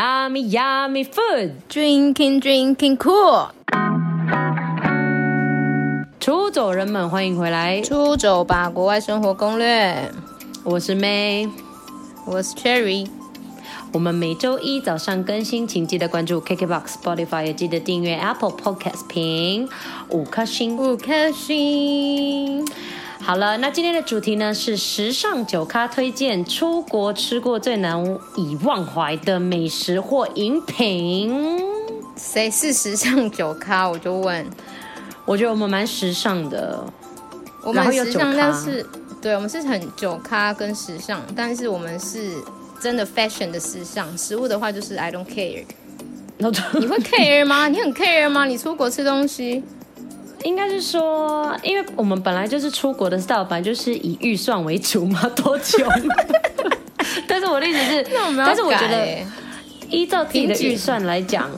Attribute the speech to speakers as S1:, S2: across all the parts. S1: yummy yummy food。
S2: Drinking, drinking, cool。
S1: 出走人们，欢迎回来，
S2: 出走吧，国外生活攻略。
S1: 我是 May。
S2: 我是 Cherry，
S1: 我们每周一早上更新，请记得关注 KKBOX、Spotify，也记得订阅 Apple Podcast 评五颗星。
S2: 五颗星。
S1: 好了，那今天的主题呢是时尚酒咖推荐出国吃过最难以忘怀的美食或饮品。
S2: 谁是时尚酒咖？我就问。
S1: 我觉得我们蛮时尚 的，
S2: 我
S1: 然
S2: 们
S1: 后有
S2: 时
S1: 酒咖
S2: 尚，但是对我们是很酒咖跟时尚，但是我们是真的 fashion 的时尚。食物的话就是 I don't care。
S1: 然后
S2: 你会 care 吗？你很 care 吗？你出国吃东西？
S1: 应该是说，因为我们本来就是出国的 style，本来就是以预算为主嘛，多穷。但是我的意思是，
S2: 那我们要
S1: 但是我觉
S2: 改
S1: 得
S2: 欸
S1: 依照自己的预算来讲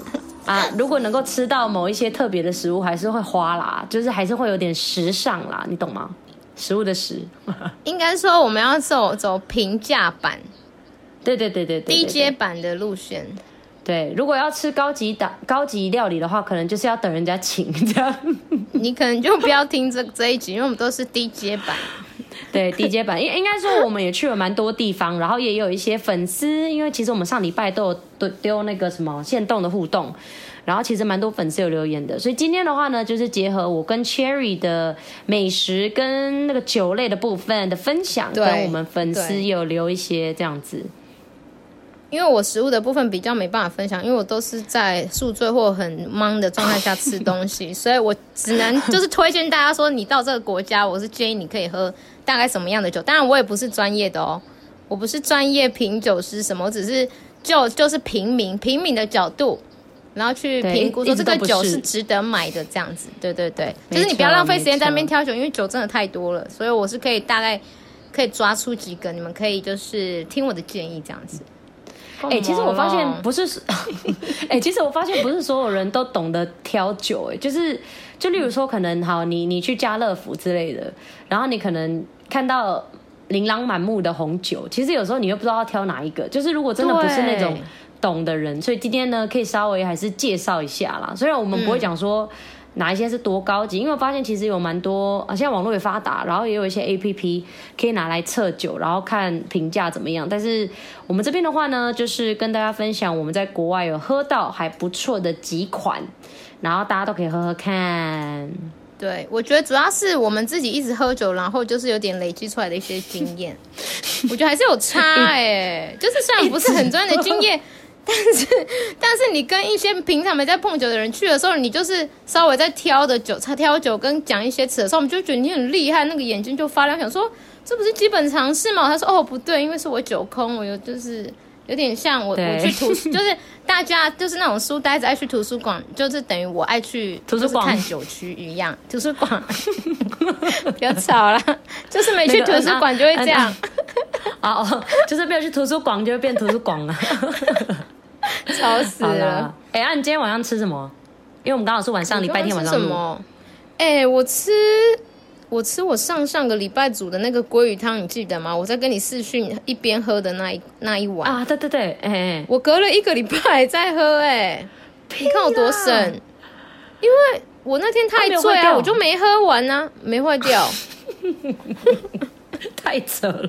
S1: 啊，如果能够吃到某一些特别的食物，还是会花啦，就是还是会有点时尚啦，你懂吗？食物的食，
S2: 应该说我们要走走平价版、
S1: 对对对对对对
S2: 低阶版的路线。
S1: 对，如果要吃高级档高级料理的话，可能就是要等人家请这样。
S2: 你可能就不要听这这一集，因为我们都是低阶版。
S1: 对 DJ 版，应应该说我们也去了蛮多地方，然后也有一些粉丝，因为其实我们上礼拜都有丢丢那个什么线动的互动，然后其实蛮多粉丝有留言的，所以今天的话呢，就是结合我跟 Cherry 的美食跟那个酒类的部分的分享，
S2: 对
S1: 跟我们粉丝
S2: 对
S1: 有留一些这样子。
S2: 因为我食物的部分比较没办法分享，因为我都是在宿醉或很忙的状态下吃 东西，所以我只能就是推荐大家说，你到这个国家，我是建议你可以喝大概什么样的酒。当然，我也不是专业的哦，我不是专业品酒师什么，我只是就就是平民平民的角度，然后去
S1: 对
S2: 评估
S1: 一
S2: 说
S1: 一直
S2: 这个
S1: 都不
S2: 酒
S1: 是
S2: 是值得买的这样子。对对对，
S1: 没
S2: 就是你不要
S1: 错
S2: 浪费时间
S1: 没
S2: 在那边
S1: 错
S2: 挑酒，因为酒真的太多了，所以我是可以大概可以抓出几个，你们可以就是听我的建议这样子。
S1: 哎、其实我发现
S2: 干嘛啦
S1: 不是， 哎、其实我发现不是所有人都懂得挑酒、哎，就是就例如说，可能好，你你去家乐福之类的，然后你可能看到琳琅满目的红酒，其实有时候你又不知道要挑哪一个，就是如果真的不是那种
S2: 对
S1: 懂的人，所以今天呢，可以稍微还是介绍一下啦。虽然我们不会讲说。哪一些是多高级？因为我发现其实有蛮多，啊，现在网络也发达，然后也有一些 A P P 可以拿来测酒，然后看评价怎么样。但是我们这边的话呢，就是跟大家分享我们在国外有喝到还不错的几款，然后大家都可以喝喝看。
S2: 对，我觉得主要是我们自己一直喝酒，然后就是有点累积出来的一些经 验，我觉得还是有差哎、就是虽然不是很专业的经
S1: 哎
S2: 验，但是但是你跟一些平常没在碰酒的人去的时候，你就是稍微在挑的酒，他挑酒跟讲一些词的时候，我们就觉得你很厉害，那个眼睛就发亮，想说这不是基本常识吗？他说哦不对，因为是我酒空，我有就是。有点像我
S1: 对
S2: 我去图书，就是大家就是那种书呆子爱去图书馆，就是等于我爱去
S1: 图书馆
S2: 就是看酒区一样， 图书馆不要吵 啦，就是没去图书馆就会这样，
S1: 哦，哦 就是没有去图书馆就会变图书馆 了。
S2: 吵死
S1: 好
S2: 了
S1: 了。，哎、啊，你今天晚上吃什么？因为我们刚好是晚上礼拜天晚上
S2: 你
S1: 录
S2: 刚刚吃什么？哎、我吃我吃我上上个礼拜煮的那个鲑鱼汤，你记得吗？我在跟你视讯一边喝的那一那一碗，
S1: 啊？对对对，哎、哎
S2: 我隔了一个礼拜在喝、哎，你看我多省，
S1: 哎
S2: 因为我那天太
S1: 它没有
S2: 醉
S1: 坏掉
S2: 啊，我就没喝完呢、没坏掉。
S1: 太扯了。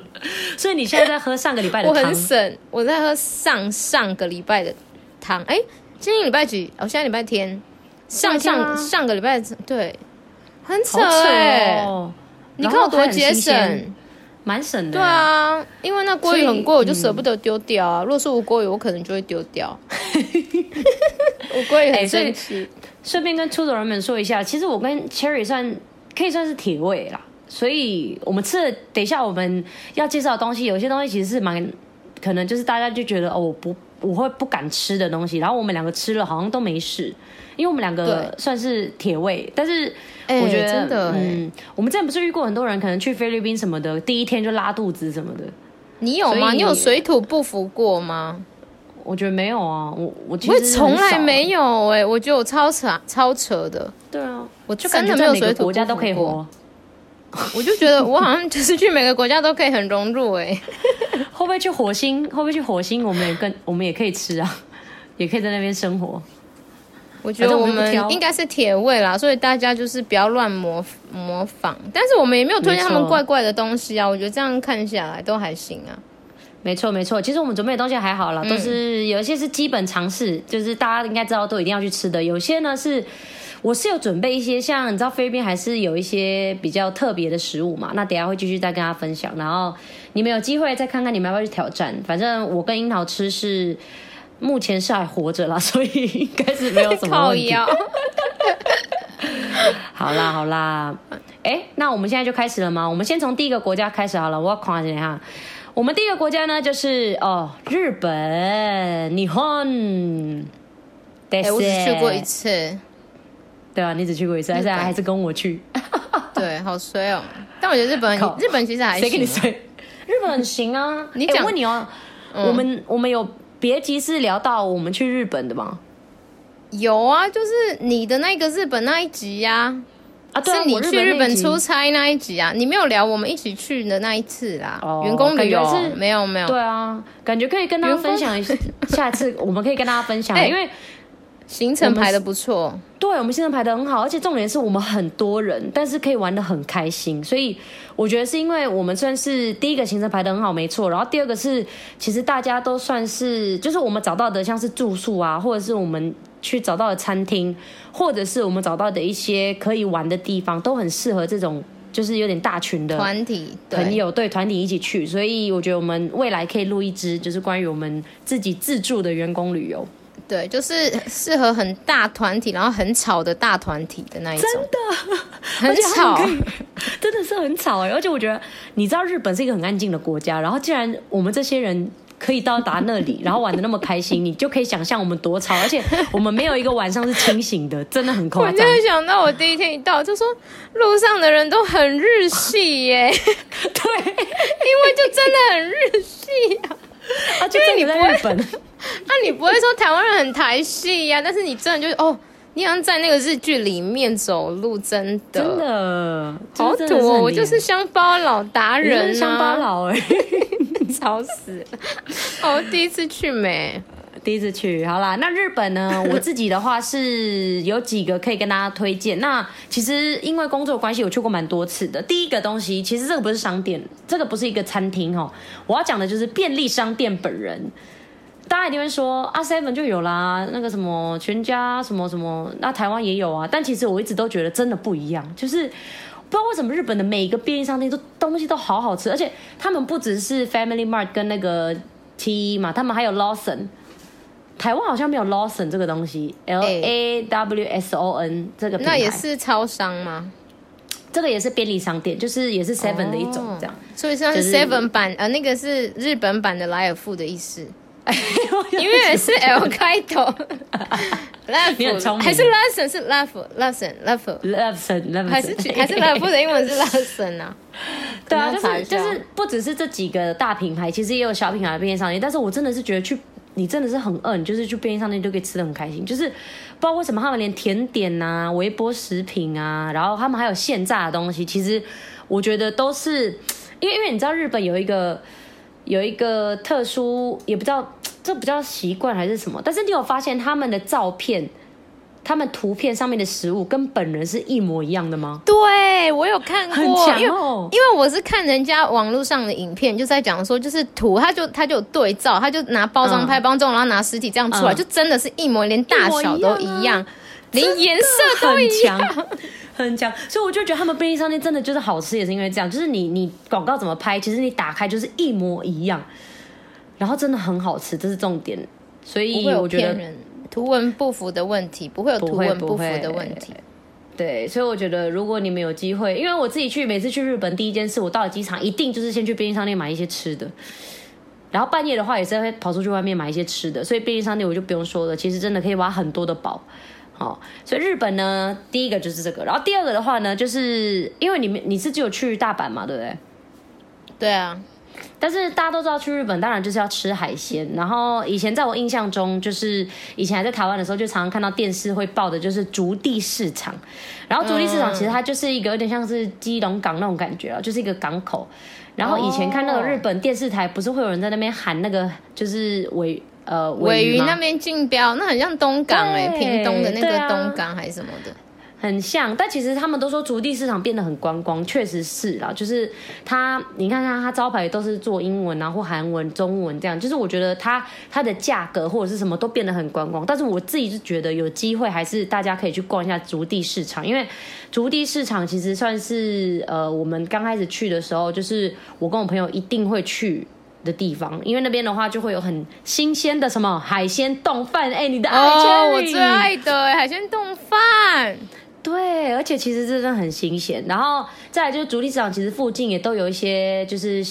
S1: 所以你现在在喝上个礼拜的
S2: 我
S1: 汤
S2: 很？省，我在喝上上个礼拜的汤。哎、今天礼拜几？哦，现在礼拜天。上
S1: 礼拜天
S2: 上、
S1: 啊
S2: 上个礼拜对，很扯
S1: 好扯
S2: 哎、
S1: 哦！
S2: 你看我多节
S1: 然后还很新鲜
S2: 省。
S1: 蛮省的。
S2: 对，啊，因为那
S1: 所
S2: 锅
S1: 以
S2: 鱼很贵，我就舍不得丢掉啊。如果是无锅鱼，我可能就会丢掉。
S1: 嗯
S2: 我锅鱼
S1: 哎
S2: 很
S1: 所以
S2: 生气。
S1: 顺便跟出走人们说一下，其实我跟 Cherry 算可以算是铁胃啦，所以我们吃的，等一下我们要介绍的东西，有些东西其实是蛮可能就是大家就觉得哦，我不我会不敢吃的东西，然后我们两个吃了好像都没事，因为我们两个算是铁胃，但是。
S2: 哎
S1: 我觉得，
S2: 真的哎
S1: 嗯，我们之前不是遇过很多人，可能去菲律宾什么的，第一天就拉肚子什么的，
S2: 你有吗？
S1: 所以
S2: 你有水土不服过吗？
S1: 我觉得没有啊，我我其
S2: 我也
S1: 实
S2: 从
S1: 很少
S2: 来没有哎、我觉得我超扯超扯的。
S1: 对啊，
S2: 我
S1: 就感觉
S2: 真的
S1: 在
S2: 没有
S1: 每个
S2: 水土
S1: 国家
S2: 不
S1: 都
S2: 服
S1: 可以
S2: 过
S1: 活。
S2: 我就觉得我好像 就是去每个国家都可以很融入哎、
S1: 会不会去火星？会不会去火星？我们也跟我们也可以吃啊。 也可以在那边生活。
S2: 我觉得我们应该是铁胃啦，所以大家就是不要乱模模仿。但是我们也没有推荐他们怪怪的东西啊，我觉得这样看下来都还行啊。
S1: 没错没错，其实我们准备的东西还好
S2: 嗯
S1: 啦，都是有一些是基本常识，就是大家应该知道都一定要去吃的。有些呢是，我是有准备一些，像你知道菲律宾还是有一些比较特别的食物嘛，那等一下会继续再跟大家分享。然后你们有机会再看看你们要不要去挑战。反正我跟樱桃吃是目前是还活着啦，所以应该是没有什么
S2: 靠
S1: 问题。
S2: 腰，
S1: 好啦好啦，哎，那我们现在就开始了吗？我们先从第一个国家开始好了，我要看一下。我们第一个国家呢，就是哦，日本，日本。对、
S2: 哎、我只去过一，次，
S1: 对啊，你只去过一次，还是
S2: 日本
S1: 还是跟我去？
S2: 对，好衰哦。但我觉得日本
S1: 靠
S2: 很，日本其实还
S1: 谁跟你
S2: 行啊。
S1: 睡？ 日本很行啊！
S2: 你
S1: 哎
S2: 讲嗯
S1: 我问你哦，我们我们有别集是聊到我们去日本的吗？
S2: 有啊，就是你的那个日本那一集呀、
S1: 啊，对啊，
S2: 是你
S1: 我
S2: 去日
S1: 那
S2: 本
S1: 一集
S2: 出差那一集啊，你没有聊我们一起去的那一次啦，
S1: 哦
S2: 员工旅游
S1: 感觉是
S2: 没有没有，
S1: 对啊，感觉可以跟大家
S2: 员工
S1: 分享一下，下次我们可以跟大家 分享，
S2: 哎
S1: 因为
S2: 行程排的不错，
S1: 对，我们现在排的很好，而且重点是我们很多人，但是可以玩的很开心，所以我觉得是因为我们算是第一个行程排的很好，没错。然后第二个是，其实大家都算是，就是我们找到的像是住宿啊，或者是我们去找到的餐厅，或者是我们找到的一些可以玩的地方，都很适合这种就是有点大群的
S2: 团体对
S1: 朋友对团体一起去，所以我觉得我们未来可以录一支，就是关于我们自己自助的员工旅游。
S2: 对，就是适合很大团体，然后很吵的大团体的那一种，真的很吵，
S1: 真的是很吵哎、而且我觉得，你知道日本是一个很安静的国家，然后既然我们这些人可以到达那 里，然后玩的那么开心，你就可以想象我们多吵，而且我们没有一个晚上是清醒的，真的很
S2: 我
S1: 夸
S2: 就
S1: 张。
S2: 会想到我第一天一到就说路上的人都很日系耶，
S1: 对，
S2: 因为就真的很日系啊。
S1: 啊，就真的在日本，
S2: 那、你不会说台湾人很台戏呀、但是你真的就是哦，你好像在那个日剧里面走路， 真的
S1: 真的，
S2: 好
S1: 就是
S2: 土
S1: 真的是很
S2: 哦！
S1: 黏
S2: 我就是乡巴佬达
S1: 你真的
S2: 人
S1: 是
S2: 啊，
S1: 乡巴佬 哎、
S2: 吵死了！哦，第一次去没？
S1: 第一次去，好啦。那日本呢？我自己的话是有几个可以跟大家推荐。那其实因为工作的关系，我去过蛮多次的。第一个东西，其实这个不是商店，这个不是一个餐厅哦。我要讲的就是便利商店本人。大家一定会说啊，seven 就有啦，那个什么全家什么什么，那台湾也有啊。但其实我一直都觉得真的不一样，就是不知道为什么日本的每一个便利商店都东西都好好吃，而且他们不只是 Family Mart 跟那个 T E 嘛，他们还有 Lawson。台湾好像没有 Lawson 这个东西，L A W S O N 这个品牌，
S2: 那也是超商吗？
S1: 这个也是便利商店，就是也是 Seven 的一种这样。
S2: 哦所以像
S1: 就是
S2: 是 Seven 版，呃，那个是日本版的莱尔富的意思，
S1: 因
S2: 因为是 L 开头。莱 尔
S1: 你很聪明
S2: 富还是 Lesson 是 l a f l e s s o n l a f
S1: Lawson Lawson
S2: 还是还是莱尔富的英文是 Lesson 啊？
S1: 对啊，
S2: 可
S1: 就
S2: 能要查
S1: 是
S2: 一
S1: 就
S2: 下
S1: 是不只是这几个大品牌，其实也有小品牌的便利商店。但是我真的是觉得去，你真的是很饿，你就是去便利商店就可以吃的很开心。就是不知道为什么他们连甜点啊呐、微波食品啊，然后他们还有现榨的东西，其实我觉得都是因为因为你知道日本有一个有一个特殊，也不知道这比较习惯还是什么，但是你有发现他们的照片。他们图片上面的食物跟本人是一模一样的吗？
S2: 对，我有看过，
S1: 很强
S2: 因为
S1: 哦
S2: 因为我是看人家网络上的影片，就在讲说，就是图，他就他就有对照，他就拿包装拍包装，然后拿实体这样出来，
S1: 嗯
S2: 就真的是一模，连大小都
S1: 一模
S2: 一
S1: 一样啊
S2: 样，连颜色都
S1: 很
S2: 一样。
S1: 强， 很强。所以我就觉得他们便利商店真的就是好吃，也是因为这样，就是你你广告怎么拍，其实你打开就是一模一样，然后真的很好吃，这是重点。所
S2: 不
S1: 以
S2: 会有
S1: 我觉
S2: 骗
S1: 得
S2: 人，图文不符的问题，不会有
S1: 不
S2: 图
S1: 会
S2: 文
S1: 不
S2: 不符
S1: 会
S2: 的问题。
S1: 对，所以我觉得如果你们有机会，因为我自己去每次去日本，第一件事我到了机场一定就是先去便利商店买一些吃的。然后半夜的话也是会跑出去外面买一些吃的，所以便利商店我就不用说了，其实真的可以挖很多的宝。好、所以日本呢，第一个就是这个，然后第二个的话呢，就是因为你们你是只有去大阪嘛，对不对？
S2: 对啊，
S1: 但是大家都知道去日本，当然就是要吃海鲜。然后以前在我印象中，就是以前还在台湾的时候，就常常看到电视会报的，就是竹地市场。然后竹地市场其实它就是一个有点像是基隆港那种感觉啊，就是一个港口。然后以前看那个日本电视台，不是会有人在那边喊那个就是尾呃
S2: 尾
S1: 鱼
S2: 鱼
S1: 吗
S2: 那边竞标，那很像东港哎、
S1: 对
S2: 屏东的那
S1: 对
S2: 个
S1: 啊
S2: 东港还是什么的，
S1: 很像，但其实他们都说竹地市场变得很观光，确实是啦。就是它，你看看它招牌都是做英文啊，或韩文、中文这样。就是我觉得它它的价格或者是什么都变得很观光。但是我自己是觉得有机会还是大家可以去逛一下竹地市场，因为竹地市场其实算是呃我们刚开始去的时候，就是我跟我朋友一定会去。的地方，因为那边的话就会有很新鲜的什么海鲜冻饭，哎、你的爱
S2: 哦，我
S1: Cherry
S2: 最爱的、欸、海鲜冻饭，
S1: 对，而且其实真的很新鲜。然后再来就是主力市场，其实附近也都有一些就是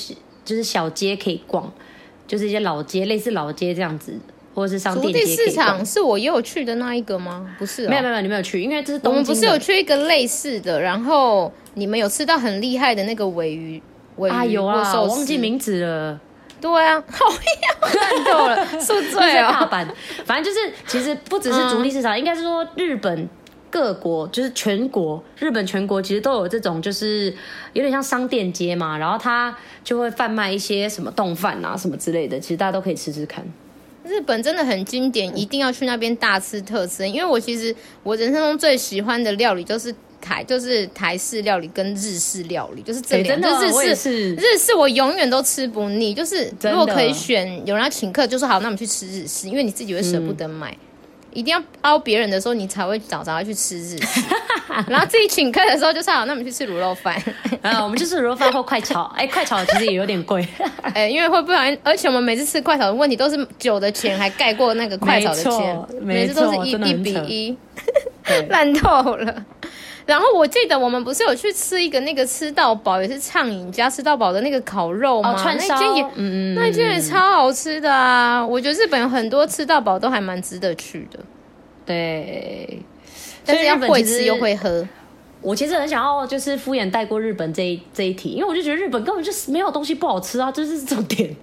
S1: 就是小街可以逛，就是一些老街，类似老街这样子，或者是商
S2: 竹
S1: 店街
S2: 地
S1: 可以
S2: 市
S1: 逛
S2: 场。是哦我也有去的那一个吗？不是、哦，
S1: 没有没有没有，你没有去，因为这是
S2: 我
S1: 东
S2: 们不
S1: 京
S2: 是
S1: 的。
S2: 有去一个类似的，然后你们有吃到很厉害的那个尾鱼。尾鱼
S1: 啊有啊，
S2: 握寿
S1: 我
S2: 司
S1: 忘记名字了，
S2: 对啊，好 呀，看到了，宿
S1: 在
S2: 醉
S1: 大
S2: 哦。
S1: 阪。 反正就是，其实不只是主力市场，应该是说日本各国，就是全国，日本全国其实都有这种，就是有点像商店街嘛，然后它就会贩卖一些什么冻饭啊什么之类的，其实大家都可以吃吃看。
S2: 日本真的很经典，
S1: 嗯
S2: 一定要去那边大吃特吃。因为我其实我人生中最喜欢的料理就是台，就是台式料理跟日式料理，就是这
S1: 哎
S2: 两
S1: 真
S2: 个、
S1: 的我
S2: 日
S1: 也
S2: 式。
S1: 是
S2: 日式啊我永远都吃不腻，就是
S1: 真
S2: 如
S1: 的
S2: 果可以选，有人要请客，就说好，那我们去吃日式，因为你自己会舍不得买，
S1: 嗯
S2: 一定要凹别人的时候，你才会找找他去吃日 式，然后自己请客的时候就说好，那我们去吃卤肉饭。
S1: 啊，我们就是卤肉饭或快炒，哎、快炒其实也有点贵，
S2: 哎、因为会不小心，而且我们每次吃快炒的问题都是酒的钱还盖过那个快炒的钱，每
S1: 没错
S2: 次都
S1: 没错
S2: 是一
S1: 真的
S2: 一
S1: 很
S2: 比
S1: 扯
S2: 一，
S1: 对
S2: 烂透了。然后我记得我们不是有去吃一个那个吃到饱，也是畅饮家吃到饱的那个烤肉吗？
S1: 哦，串烧
S2: 那间也、，
S1: 嗯
S2: 那间也超好吃的啊！我觉得日本有很多吃到饱都还蛮值得去的，
S1: 对。
S2: 但
S1: 所
S2: 是
S1: 以
S2: 要
S1: 日本
S2: 会
S1: 其实
S2: 吃又会喝。
S1: 我其实很想要就是敷衍带过日本这一这一题，因为我就觉得日本根本就是没有东西不好吃啊，这是重点。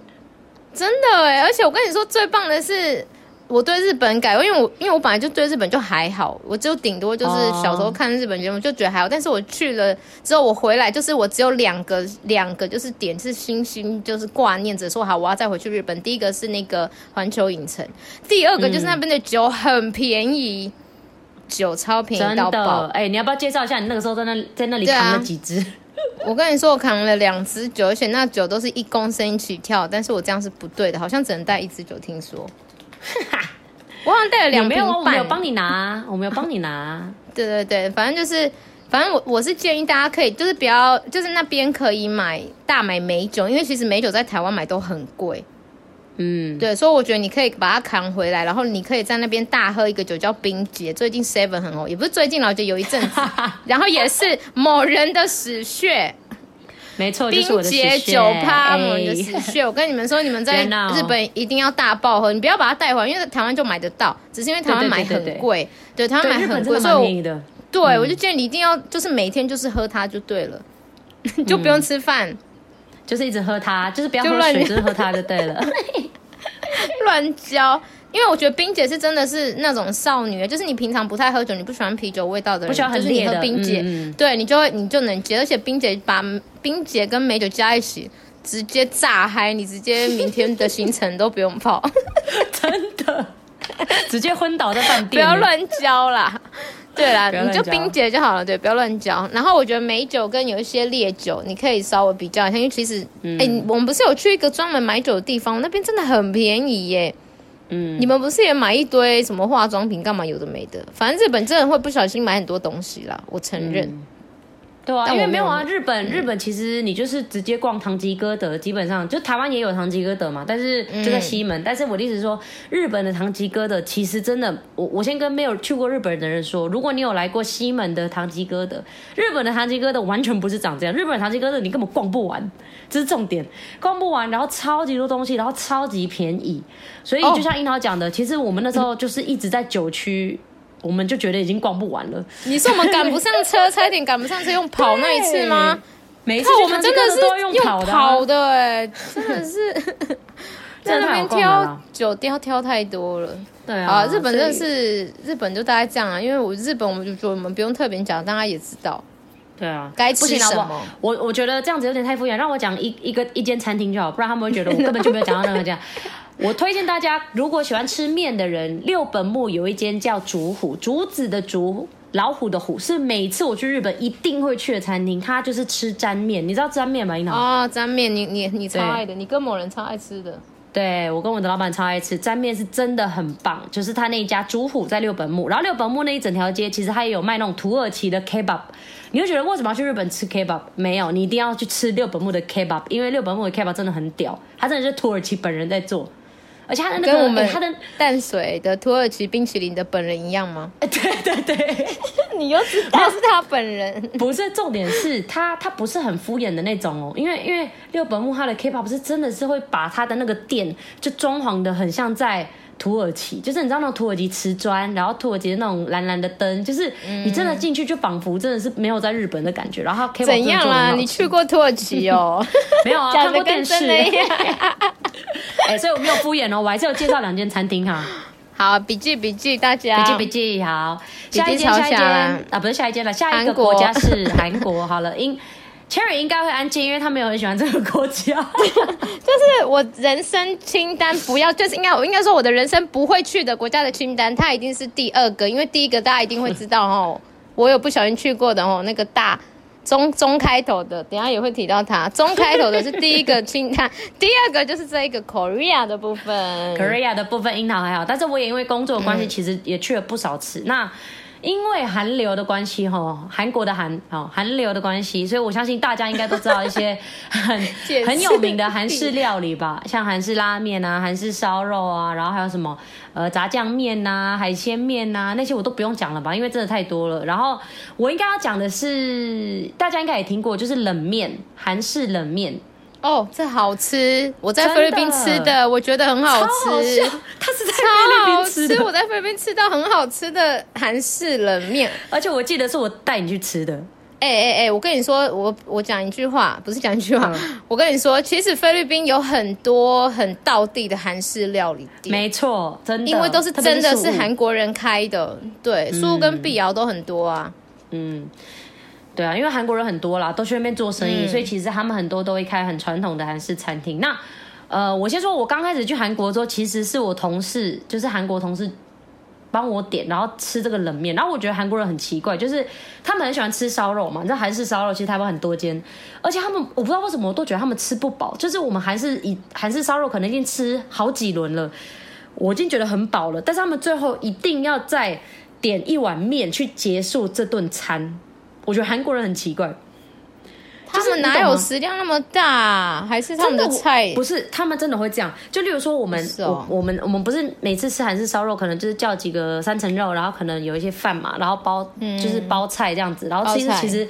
S2: 真的哎，而且我跟你说，最棒的是我对日本改观，因为我因为我本来就对日本就还好，我就顶多就是
S1: 哦
S2: 小时候看日本节目就觉得还好，但是我去了之后我回来，就是我只有两个两个就是点是星星，就是挂念着说好我要再回去日本。第一个是那个环球影城，第二个就是那边的酒很便宜，酒超便宜
S1: 真
S2: 到
S1: 的
S2: 爆，。
S1: 哎、你要不要介绍一下你那个时候在那在那里
S2: 对啊
S1: 扛了几只？
S2: 我跟你说，我扛了两支酒，而且那酒都是一公升起跳，但是我这样是不对的，好像只能带一支酒，听说。我好像带了
S1: 有
S2: 两
S1: 没
S2: 瓶
S1: 有啊？我
S2: 半。
S1: 没有帮你拿，我没有帮你拿。啊
S2: 对对对，反正就是，反正我我是建议大家可以，就是不要，就是那边可以买大买美酒，因为其实美酒在台湾买都很贵。
S1: 嗯，
S2: 对，所以我觉得你可以把它扛回来，然后你可以在那边大喝一个酒，叫冰姐。最近 Seven 很红，也不是最近了，就有一阵 子，然后也是某人的死穴。
S1: 没错，哦就是
S2: 冰
S1: 我的哎
S2: 姐
S1: 姐
S2: 酒趴，我们的死穴。我跟你们说，你们 在
S1: 别闹
S2: 日本一定要大爆喝，你不要把它带回来，因为在台湾就买得到，只是因为台湾
S1: 对对对
S2: 买
S1: 对
S2: 很
S1: 对
S2: 贵，对，台湾
S1: 对，
S2: 买
S1: 日本
S2: 很
S1: 真
S2: 贵，
S1: 的
S2: 所以
S1: 蛮便嗯
S2: 我
S1: 宜的。
S2: 对我就建议你一定要就是每天就是喝它就对 了，就
S1: 嗯
S2: 不用吃饭，
S1: 就是一直喝它，就是不要
S2: 就
S1: 喝
S2: 乱
S1: 水，就是喝它就对了。
S2: 乱浇。因为我觉得冰姐是真的是那种少女，就是你平常不太喝酒，你不喜欢啤酒味道的人，
S1: 不喜欢很
S2: 就是你
S1: 烈
S2: 喝
S1: 的
S2: 冰姐，
S1: 嗯嗯
S2: 对你就会你就能接，而且冰姐把冰姐跟美酒加一起，直接炸嗨，你直接明天的行程都不用泡。
S1: 真的， 直接昏倒在饭
S2: 不
S1: 店。
S2: 要。乱 交啦。对啦，
S1: 不要
S2: 你
S1: 乱
S2: 就
S1: 交
S2: 冰姐就好了，对，不要乱交。然后我觉得美酒跟有一些烈酒，你可以稍微比较一下，因为其实，哎、
S1: 嗯
S2: 我们不是有去一个专门买酒的地方，那边真的很便宜耶。嗯，你们不是也买一堆什么化妆品干嘛有的没的？反正日本真的会不小心买很多东西啦，我承认。
S1: 嗯对啊，
S2: 但
S1: 因为
S2: 我没
S1: 没
S2: 有嗯
S1: 有啊，日本日本其实你就是直接逛唐吉诃德，基本上就台湾也有唐吉诃德嘛，但是
S2: 嗯
S1: 就在西门。但是我的意思是说，日本的唐吉诃德其实真的，我我先跟没有去过日本的人说，如果你有来过西门的唐吉诃德，日本的唐吉诃德完全不是长这样，日本的唐吉诃德你根本逛不完，这是重点，逛不完，然后超级多东西，然后超级便宜，所以
S2: 哦
S1: 就像樱桃讲的，其实我们那时候就是一直在九区。我们就觉得已经逛不完了，
S2: 你说我们赶不上车，差一点赶不上车，用跑那一次
S1: 嗯
S2: 吗？
S1: 每一次
S2: 看
S1: 去
S2: 我们
S1: 唐吉诃
S2: 真的
S1: 德
S2: 是
S1: 都要用跑的啊、
S2: 的哎、真的是在
S1: 真的太
S2: 那
S1: 好啊
S2: 边
S1: 逛了
S2: 挑
S1: 啦
S2: 酒店要挑太多了。
S1: 对
S2: 啊，日本
S1: 所以
S2: 真的是日本就大概这样啊，因为我日本我们就觉得我们不用特别讲，大家也知道。
S1: 对啊，
S2: 该吃
S1: 不行啊
S2: 什么
S1: 我我我觉得这样子有点太敷衍，让我讲一一个一间餐厅就好，不然他们会觉得我根本就没有讲到任何家。 我推荐大家，如果喜欢吃面的人，六本木有一间叫竹虎，竹子的竹，老虎的虎，是每次我去日本一定会去的餐厅。它就是吃沾面，你知道沾面吗？樱桃。
S2: 哦，沾面，你你你超爱的，你跟某人超爱吃的。
S1: 对我跟我的老板超爱吃沾面，是真的很棒。就是他那一家竹虎在六本木，然后六本木那一整条街，其实它也有卖那种土耳其的 kebab。你会觉得为什么要去日本吃 kebab？没有，你一定要去吃六本木的 kebab，因为六本木的 kebab 真的很屌，它真的是土耳其本人在做，而且它的那个
S2: 跟我们
S1: 欸它的
S2: 淡水的土耳其冰淇淋的本人一样 吗？
S1: 欸对对对，
S2: 你又知道是他 本人，
S1: 不是重点是它它不是很敷衍的那种哦，因为因为六本木它的 K-pop 是真的是会把它的那个店就装潢的很像在土耳其，就是你知道那种土耳其瓷砖，然后土耳其的那种蓝蓝的灯，就是你真的进去就仿佛真的是没有在日本的感觉。然后它 K-pop
S2: 怎样
S1: 哎真的做
S2: 啦？
S1: 得很好
S2: 你去过土耳其哦？
S1: 没有啊？
S2: 讲
S1: 看
S2: 的
S1: 过
S2: 跟
S1: 电
S2: 真
S1: 视？
S2: 的一
S1: 哎、
S2: 样。
S1: 所以我没有敷衍哦，我还是有介绍两间餐厅啊哈。
S2: 好，笔记笔记，大家
S1: 笔记笔记好，
S2: 笔记
S1: 下一间
S2: 抄
S1: 下一
S2: 下来
S1: 间啊，不是下一间了，下一个
S2: 韩国
S1: 国家是韩国。好了，应 Cherry 应该会安静，因为他没有很喜欢这个国 家。
S2: 就是我人生清单不要，就是应该我应该说我的人生不会去的国家的清单，它一定是第二个，因为第一个大家一定会知道 哦，我有不小心去过的哦，那个大中中开头的，等一下也会提到它，中开头的是第一个清单， 第二个就是这一个 Korea 的部分。
S1: Korea 的部分樱桃还好，但是我也因为工作的
S2: 嗯
S1: 关系，其实也去了不少次。那因为韩流的关系，哈，韩国的韩，哦，韩流的关系，所以我相信大家应该都知道一些 很
S2: 解释
S1: 很有名的韩式料理吧，像韩式拉面啊、韩式烧肉啊，然后还有什么呃炸酱面呐、海鲜面呐、那些我都不用讲了吧，因为真的太多了。然后我应该要讲的是，大家应该也听过，就是冷面，韩式冷面。
S2: 哦，这好吃，我在
S1: 真
S2: 菲
S1: 的
S2: 律宾吃的，我觉得很好
S1: 超好
S2: 吃
S1: 笑。，他是在
S2: 超
S1: 菲律
S2: 好
S1: 宾吃的
S2: 吃！，我在菲律宾吃到很好吃的韩式冷面，
S1: 而且我记得是我带你去吃的，
S2: 哎哎哎，我跟你说，我我讲一句话，不是讲一句话，
S1: 嗯
S2: 我跟你说，其实菲律宾有很多很道地的韩式料理店，
S1: 没错，真的，
S2: 因为都是真的
S1: 特别
S2: 是
S1: 是
S2: 韩
S1: 素嗯
S2: 国人开的，对，苏跟碧瑶都很多啊。
S1: 对啊，因为韩国人很多啦，都去那边做生意，
S2: 嗯
S1: 所以其实他们很多都会开很传统的韩式餐厅。那呃，我先说，我刚开始去韩国之后，其实是我同事，就是韩国同事。帮我点，然后吃这个冷面，然后我觉得韩国人很奇怪，就是他们很喜欢吃烧肉嘛，你知道韩式烧肉其实台湾很多间，而且他们我不知道为什么我都觉得他们吃不饱，就是我们韩式以韩式烧肉可能已经吃好几轮了，我已经觉得很饱了，但是他们最后一定要再点一碗面去结束这顿餐。我觉得韩国人很奇怪，
S2: 他
S1: 就是
S2: 们
S1: 你懂
S2: 哪有
S1: 吗
S2: 食量那么大啊？还是他们的
S1: 真我
S2: 菜
S1: 不是他们真的会这样。就例如说我们，
S2: 是哦
S1: 我我们我们不是每次吃韩式烧肉，可能就是叫几个三层肉，然后可能有一些饭嘛，然后包、就是包菜这样子，然后其实
S2: 嗯包菜
S1: 其实。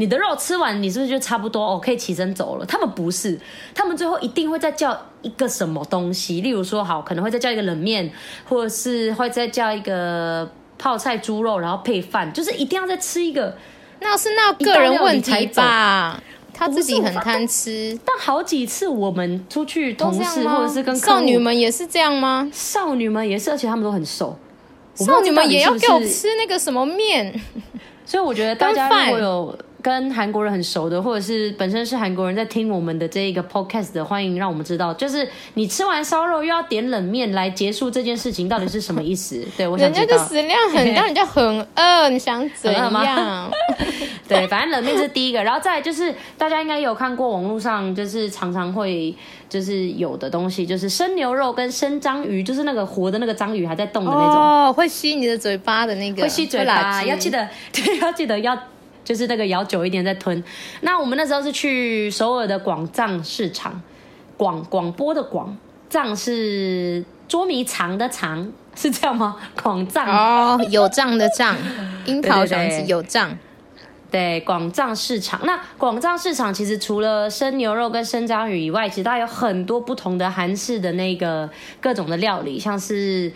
S1: 你的肉吃完，你是不是就差不多哦？可以起身走了。他们不是，他们最后一定会再叫一个什么东西，例如说，好，可能会再叫一个冷面，或者是会再叫一个泡菜猪肉，然后配饭，就是一定要再吃一个。
S2: 那是那个人问
S1: 一道料
S2: 题
S1: 理才
S2: 吧？他自己很贪吃，
S1: 但好几次我们出去
S2: 都
S1: 同
S2: 这样
S1: 事
S2: 吗？
S1: 或者是跟客户
S2: 少女们也是这样吗？
S1: 少女们也是，而且她们都很瘦。我不知道
S2: 少女们也要
S1: 这
S2: 给
S1: 到
S2: 我
S1: 底是不是
S2: 吃那个什么面？
S1: 所以我觉得大家
S2: 跟饭
S1: 如果有跟韩国人很熟的，或者是本身是韩国人在听我们的这一个 podcast 的，欢迎让我们知道，就是你吃完烧肉又要点冷面来结束这件事情，到底是什么意思？ 对我想
S2: 人
S1: 知
S2: 家的
S1: 道。
S2: 食量很 大，人家很饿，你想怎
S1: 很饿
S2: 样
S1: 吗？对，反正冷面是第一个，然后再来就是大家应该有看过网络上就是常常会就是有的东西，就是生牛肉跟生章鱼，就是那个活的那个章鱼还在动的那种。
S2: 哦，会吸你的嘴巴的那个，
S1: 会吸嘴
S2: 会
S1: 巴，
S2: 垃圾
S1: 要记。得 对，要记得要就是那个咬久一点再吞。那我们那时候是去首尔的广藏市场，广广播的广，藏是捉迷藏的藏，是这样吗？广藏。
S2: 哦，有胀的 胀，樱桃小丸
S1: 对
S2: 子
S1: 对对
S2: 有胀，
S1: 对，广藏市场。那广藏市场其实除了生牛肉跟生章鱼以外，其实它有很多不同的韩式的那个各种的料理，像是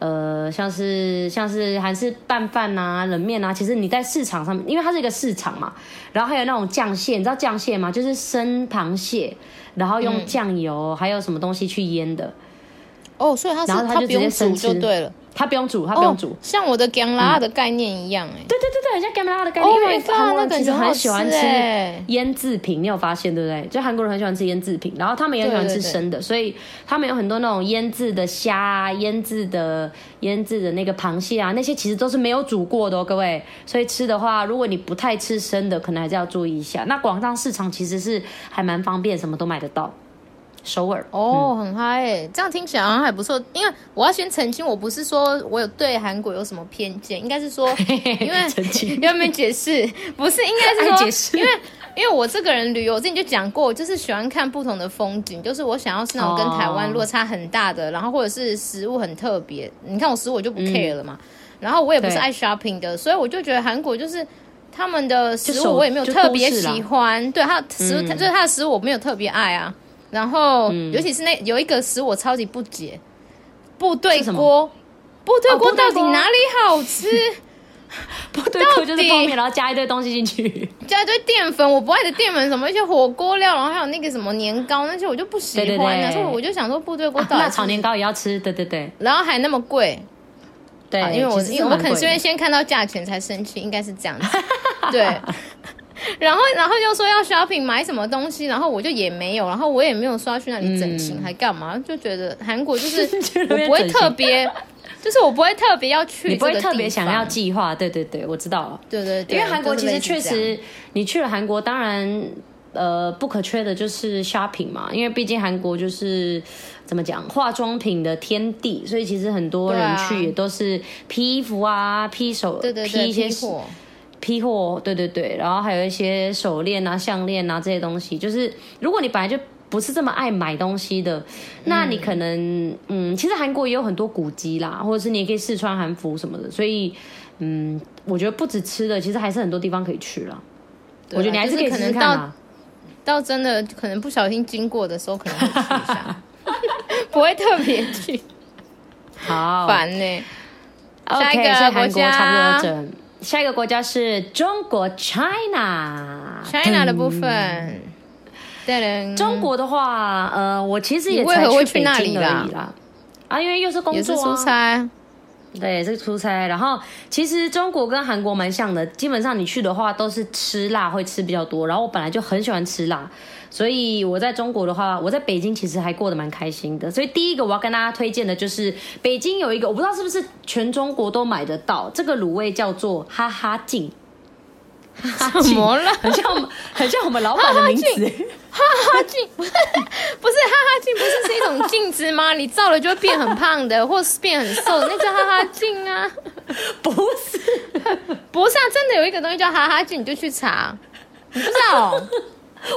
S1: 呃，像是像是韩式拌饭啊、冷面啊。其实你在市场上面，因为它是一个市场嘛，然后还有那种酱蟹，你知道酱蟹吗？就是生螃蟹，然后用酱油、还有什么东西去腌的。
S2: 哦，所以它是
S1: 然后它
S2: 它
S1: 就
S2: 不
S1: 直接
S2: 用煮
S1: 生
S2: 就
S1: 吃
S2: 对了，
S1: 它不用煮，它
S2: 它
S1: 不用煮。嗯
S2: 像我的姜拉的概念一样哎、
S1: 对对对对，很像 g a m a 的概念，
S2: Oh
S1: 因
S2: my
S1: 为
S2: god，
S1: 韩国人
S2: 那个
S1: 其实
S2: 很好
S1: 很喜欢
S2: 吃欸
S1: 吃腌制品，你有发现对不对？就韩国人很喜欢吃腌制品，然后他们也很喜欢
S2: 对对
S1: 吃
S2: 对
S1: 生的，所以他们有很多那种腌制的虾、啊、腌制的腌制的那个螃蟹啊，那些其实都是没有煮过的哦，各位。所以吃的话，如果你不太吃生的，可能还是要注意一下。那广藏市场其实是还蛮方便，什么都买得到。首尔
S2: 哦，很嗨、欸，这样听起来好像还不错。因为我要先澄清，我不是说我有对韩国有什么偏见，应 该是说， 因为
S1: 澄清
S2: 要不要解释？不是，应该是
S1: 爱
S2: 说，
S1: 哎解释
S2: 因为因为我这个人旅游，我之前就讲过，我就是喜欢看不同的风景，就是我想要是那种跟台湾
S1: 哦
S2: 落差很大的，然后或者是食物很特别。你看我食物我就不 care 了嘛，然后我也不是
S1: 嗯对
S2: 爱 shopping 的，所以我就觉得韩国就是。他们的食
S1: 就
S2: 物
S1: 手
S2: 我也没有
S1: 就
S2: 特
S1: 都
S2: 别
S1: 市啦
S2: 喜欢，对它的食物，就是它的食物我没有特别爱啊。然后、
S1: 嗯
S2: 尤其是那有一个食我超级不解，部队
S1: 是什
S2: 锅，部队
S1: 哦
S2: 锅
S1: 部队
S2: 到底
S1: 锅
S2: 哪里好吃？
S1: 不 对，就是泡面，然后加一堆东西进去。
S2: 加一堆淀粉，我不爱的淀粉，什么一些火锅料，然后还有那个什么年糕那些，我就不喜欢
S1: 对对
S2: 了。
S1: 对
S2: 所以我就想说部队锅
S1: 啊
S2: 到 底、
S1: 那炒年，糕也要吃，对对对
S2: 然后还那么贵，
S1: 对
S2: 啊，因为我
S1: 哎其实是
S2: 因为我
S1: 蛮
S2: 可能
S1: 贵
S2: 是因为
S1: 的
S2: 先看到价钱才生气，应该是这样子。 对，然后然后又说要 shopping 买什么东西，然后我就也没有，然后我也没有说要去那里整形、
S1: 嗯
S2: 还干嘛，就觉得韩国就是
S1: 去那
S2: 我
S1: 边
S2: 不会
S1: 整形
S2: 特别，就是我不会特别要去，
S1: 你不会特别想要，计划，对对对，我知道了。
S2: 对对对，
S1: 因为韩国其
S2: 就是
S1: 实
S2: 类似
S1: 确
S2: 这样
S1: 实，你去了韩国，当然呃不可缺的就是 shopping 嘛，因为毕竟韩国就是怎么讲化妆品的天地，所以其实很多
S2: 对啊
S1: 人去也都是批衣服啊、批手、
S2: 对对对
S1: 批一些
S2: 批货
S1: 批货，对对对，然后还有一些手链啊、项链啊这些东西，就是如果你本来就不是这么爱买东西
S2: 嗯
S1: 的，那你可能嗯其实韩国也有很多古迹啦，或者是你也可以试穿韩服什么的，所以嗯，我觉得不止吃的，其实还是很多地方可以去啦。
S2: 对
S1: 我觉得你
S2: 啦
S1: 还
S2: 就是
S1: 可以
S2: 可
S1: 试
S2: 能
S1: 试看啊
S2: 到
S1: 啦。
S2: 到真的可能不小心经过的时候，可能会去一下，不会特别去，
S1: 好，
S2: 烦呢、下一
S1: OK，
S2: 个
S1: 所以韩
S2: 国
S1: 国
S2: 家
S1: 差不多整。下一个国家是中国 China。
S2: China 的部分，对人
S1: 中国的话，呃，我其实也
S2: 你为
S1: 才
S2: 何会去
S1: 北
S2: 那里
S1: 京而
S2: 啦
S1: 已啦。啊，因为又是工
S2: 也是
S1: 作
S2: 出
S1: 啊，
S2: 差，
S1: 对，是出差。然后其实中国跟韩国蛮像的，基本上你去的话都是吃辣会吃比较多。然后我本来就很喜欢吃辣，所以我在中国的话，我在北京其实还过得蛮开心的。所以第一个我要跟大家推荐的就是北京有一个，我不知道是不是全中国都买得到，这个卤味叫做哈哈镜。哈哈
S2: 怎
S1: 镜
S2: 么了？
S1: 很像我们，很像我们老板的名字。
S2: 哈哈哈哈镜不是哈哈镜，不是是一种镜子吗？你照了就会变很胖的，或是变很瘦，那叫哈哈镜啊。
S1: 不是，
S2: 不是啊，真的有一个东西叫哈哈镜，你就去查，你不知道哦、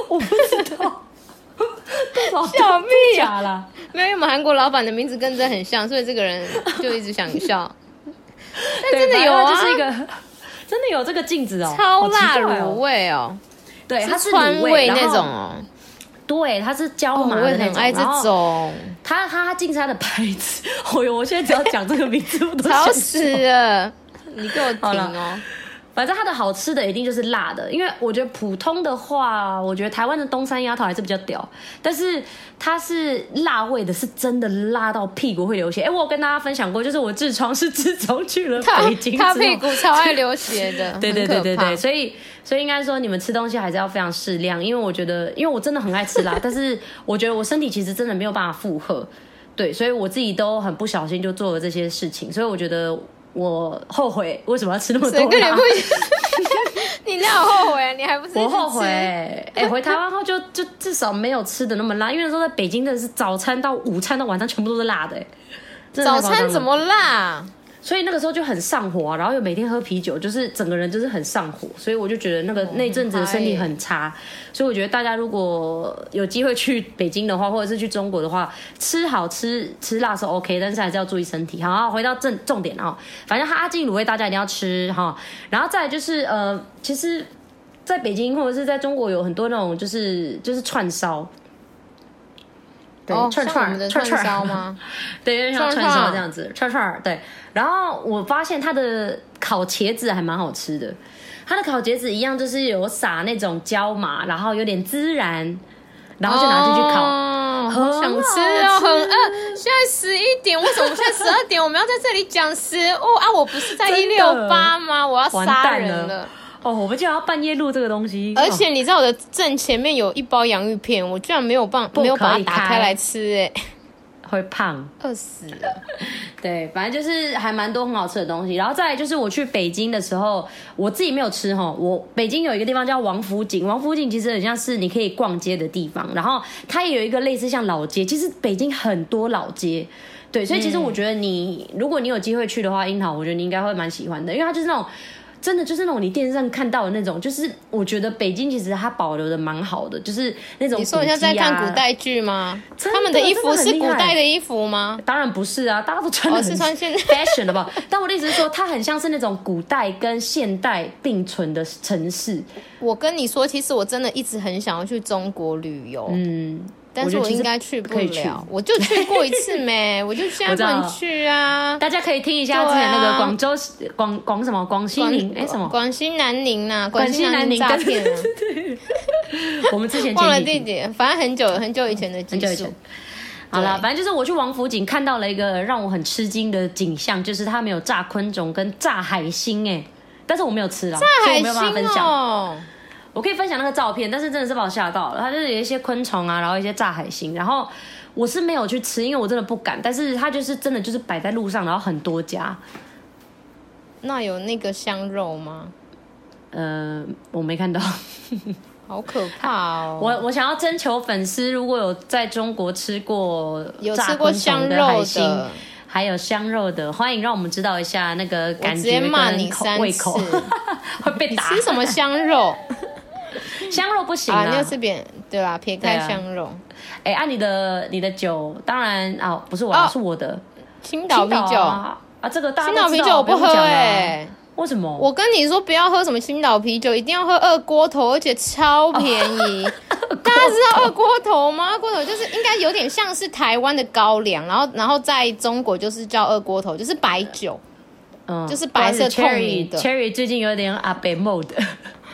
S1: 我不知 道，多少
S2: 小
S1: 真
S2: 蜜
S1: 假啦？
S2: 没有，因为我们韩国老板的名字跟这很像，所以这个人就一直想笑。但
S1: 对
S2: 真的有啊，
S1: 反正它就是一个真的有这个镜子哦，
S2: 超辣
S1: 好奇怪
S2: 卤
S1: 哦，
S2: 味哦，
S1: 对，哎它是
S2: 川
S1: 卤味
S2: 味那，种
S1: 然后
S2: 哦，
S1: 对，它是椒
S2: 哦
S1: 麻
S2: 我也
S1: 的那
S2: 很
S1: 种，
S2: 爱这
S1: 然后
S2: 种，
S1: 它它它进它的牌子， 我有，我现在只要讲这个名字，我都
S2: 吵
S1: 想
S2: 死了！你给我停
S1: 好
S2: 哦，
S1: 反正它的好吃的一定就是辣的，因为我觉得普通的话，我觉得台湾的东山鸭头还是比较屌，但是它是辣味的，是真的辣到屁股会流血。哎、我有跟大家分享过，就是我痔疮是自从去了
S2: 他
S1: 北京之
S2: 他
S1: 后，
S2: 屁股超爱流血的，
S1: 对对
S2: 很
S1: 对
S2: 可
S1: 对
S2: 怕
S1: 对，所以所以应该说你们吃东西还是要非常适量，因为我觉得，因为我真的很爱吃辣，但 是我觉得我身体其实真的没有办法负荷，对，所以我自己都很不小心就做了这些事情，所以我觉得我后悔为什么要吃那么多
S2: 整个
S1: 辣
S2: 脸不行， 你那有后悔啊？你还不是
S1: 我
S2: 一直
S1: 后悔，
S2: 吃
S1: 哎、回台湾后就就至少没有吃的那么辣，因为那时候在北京真的是早餐到午餐到晚上全部都是辣的、哎真的太
S2: 早
S1: 夸张
S2: 餐
S1: 了
S2: 怎么辣？
S1: 所以那个时候就很上火、啊，然后又每天喝啤酒，就是整个人就是很上火，所以我就觉得那个那阵子的身体很差，所以我觉得大家如果有机会去北京的话，或者是去中国的话，吃好吃吃辣是 OK，但是还是要注意身体。好，回到正重点啊，反正哈进卤味大家一定要吃哈，然后再来就是呃，其实在北京或者是在中国有很多那种就是就是串烧。对，
S2: 哦，
S1: 串
S2: 像我
S1: 串
S2: 们的
S1: 串
S2: 串
S1: 串
S2: 烧 吗？
S1: 对，有点像
S2: 串
S1: 串
S2: 串
S1: 烧这样子，串串儿对。然后我发现它的烤茄子还蛮好吃的，它的烤茄子一样就是有撒那种椒麻，然后有点孜然，然后就拿进去烤。
S2: 哦哦，好想吃哦，很饿。现在十一点，为什么现在十二点？我们要在这里讲食物啊？我不是在
S1: 真
S2: 一
S1: 的
S2: 六八吗？我要
S1: 完
S2: 杀
S1: 蛋
S2: 人
S1: 了。哦，我们竟然要半夜录这个东西，哦
S2: 而且你知道我的正前面有一包洋芋片，我居然没有办
S1: 不
S2: 没有把
S1: 可
S2: 它
S1: 以
S2: 打开
S1: 开
S2: 来 吃、哎，
S1: 哦会胖。
S2: 饿死了。
S1: 对，反正就是还蛮多很好吃的东西。然后再来就是我去北京的时候，我自己没有吃哈。我北京有一个地方叫王府井，王府井其实很像是你可以逛街的地方，然后它也有一个类似像老街。其实北京很多老街。对，所以其
S2: 嗯
S1: 实我觉得你，如果你有机会去的话，樱桃，我觉得你应该会蛮喜欢的，因为它就是那种真的就是那种你电视上看到的那种，就是我觉得北京其实它保留的蛮好的，就是那种、啊
S2: 你说我现在在看古，代剧吗？
S1: 真
S2: 他们的
S1: 的
S2: 衣
S1: 真
S2: 服
S1: 的很
S2: 是
S1: 厉
S2: 古代
S1: 害
S2: 的衣服吗？
S1: 当然不是啊，大家都穿的
S2: 哦是 穿现
S1: fashion 好不好？但我的意思是说，它很像是那种古代跟现代并存的城市。
S2: 我跟你说，其实我真的一直很想要去中国旅游，
S1: 嗯，
S2: 但是
S1: 我觉得
S2: 我
S1: 其实
S2: 应该去不
S1: 可以去
S2: 了。我就去过一次 没，我就现在
S1: 我
S2: 不
S1: 知道
S2: 能去啊。
S1: 大家可以听一下之前那
S2: 对啊
S1: 个广州广广什么广西宁哎什么，
S2: 广西南宁呐、
S1: 广
S2: 西
S1: 西南
S2: 宁
S1: 宁
S2: 诈 骗、啊，
S1: 我们之前
S2: 忘了
S1: 前几集
S2: 地点，反正很久很久以前的技
S1: 很久以
S2: 术
S1: 前。。好了，
S2: 对
S1: 反正就是我去王府井看到了一个让我很吃惊的景象，就是他们有炸昆虫跟炸海星哎、但是我没有吃啦，
S2: 大
S1: 所以
S2: 海
S1: 我没有办法分
S2: 星
S1: 享。
S2: 哦，
S1: 我可以分享那个照片，但是真的是把我吓到了。它就是有一些昆虫啊，然后一些炸海星，然后我是没有去吃，因为我真的不敢。但是它就是真的就是摆在路上，然后很多家。
S2: 那有那个香肉吗？
S1: 呃，我没看到。
S2: 哦好可怕哦！
S1: 我我想要征求粉丝，如果有在中国吃过
S2: 有
S1: 炸
S2: 吃过
S1: 昆虫
S2: 香
S1: 的
S2: 肉
S1: 海星
S2: 的，，
S1: 还有香肉的，欢迎让我们知道一下那个
S2: 我
S1: 感
S2: 直
S1: 觉
S2: 接
S1: 跟
S2: 骂你
S1: 口
S2: 三
S1: 胃
S2: 次
S1: 口。会被
S2: 你
S1: 打。
S2: 吃什么香肉
S1: 香肉不行
S2: 啊？你有吃别对吧？撇开
S1: 对啊
S2: 香肉，
S1: 哎，按、你的你的酒，当然啊、不是我啊、
S2: 哦
S1: 是我的。
S2: 青岛
S1: 青
S2: 啤
S1: 岛
S2: 酒，
S1: 啊，啊这个大
S2: 青
S1: 家
S2: 岛
S1: 都知
S2: 啤
S1: 道
S2: 酒我不
S1: 用
S2: 喝
S1: 讲啦
S2: 哎、
S1: 为什么？
S2: 我跟你说不要喝什么青岛啤酒，一定要喝二锅头，而且超便 宜。大家知道二锅头吗？二锅头就是应该有点像是台湾的高粱，然后然后在中国就是叫二锅头，就是白酒。
S1: 嗯
S2: 就是白色透明的
S1: Cherry Cherry 最近有点阿北 mode，就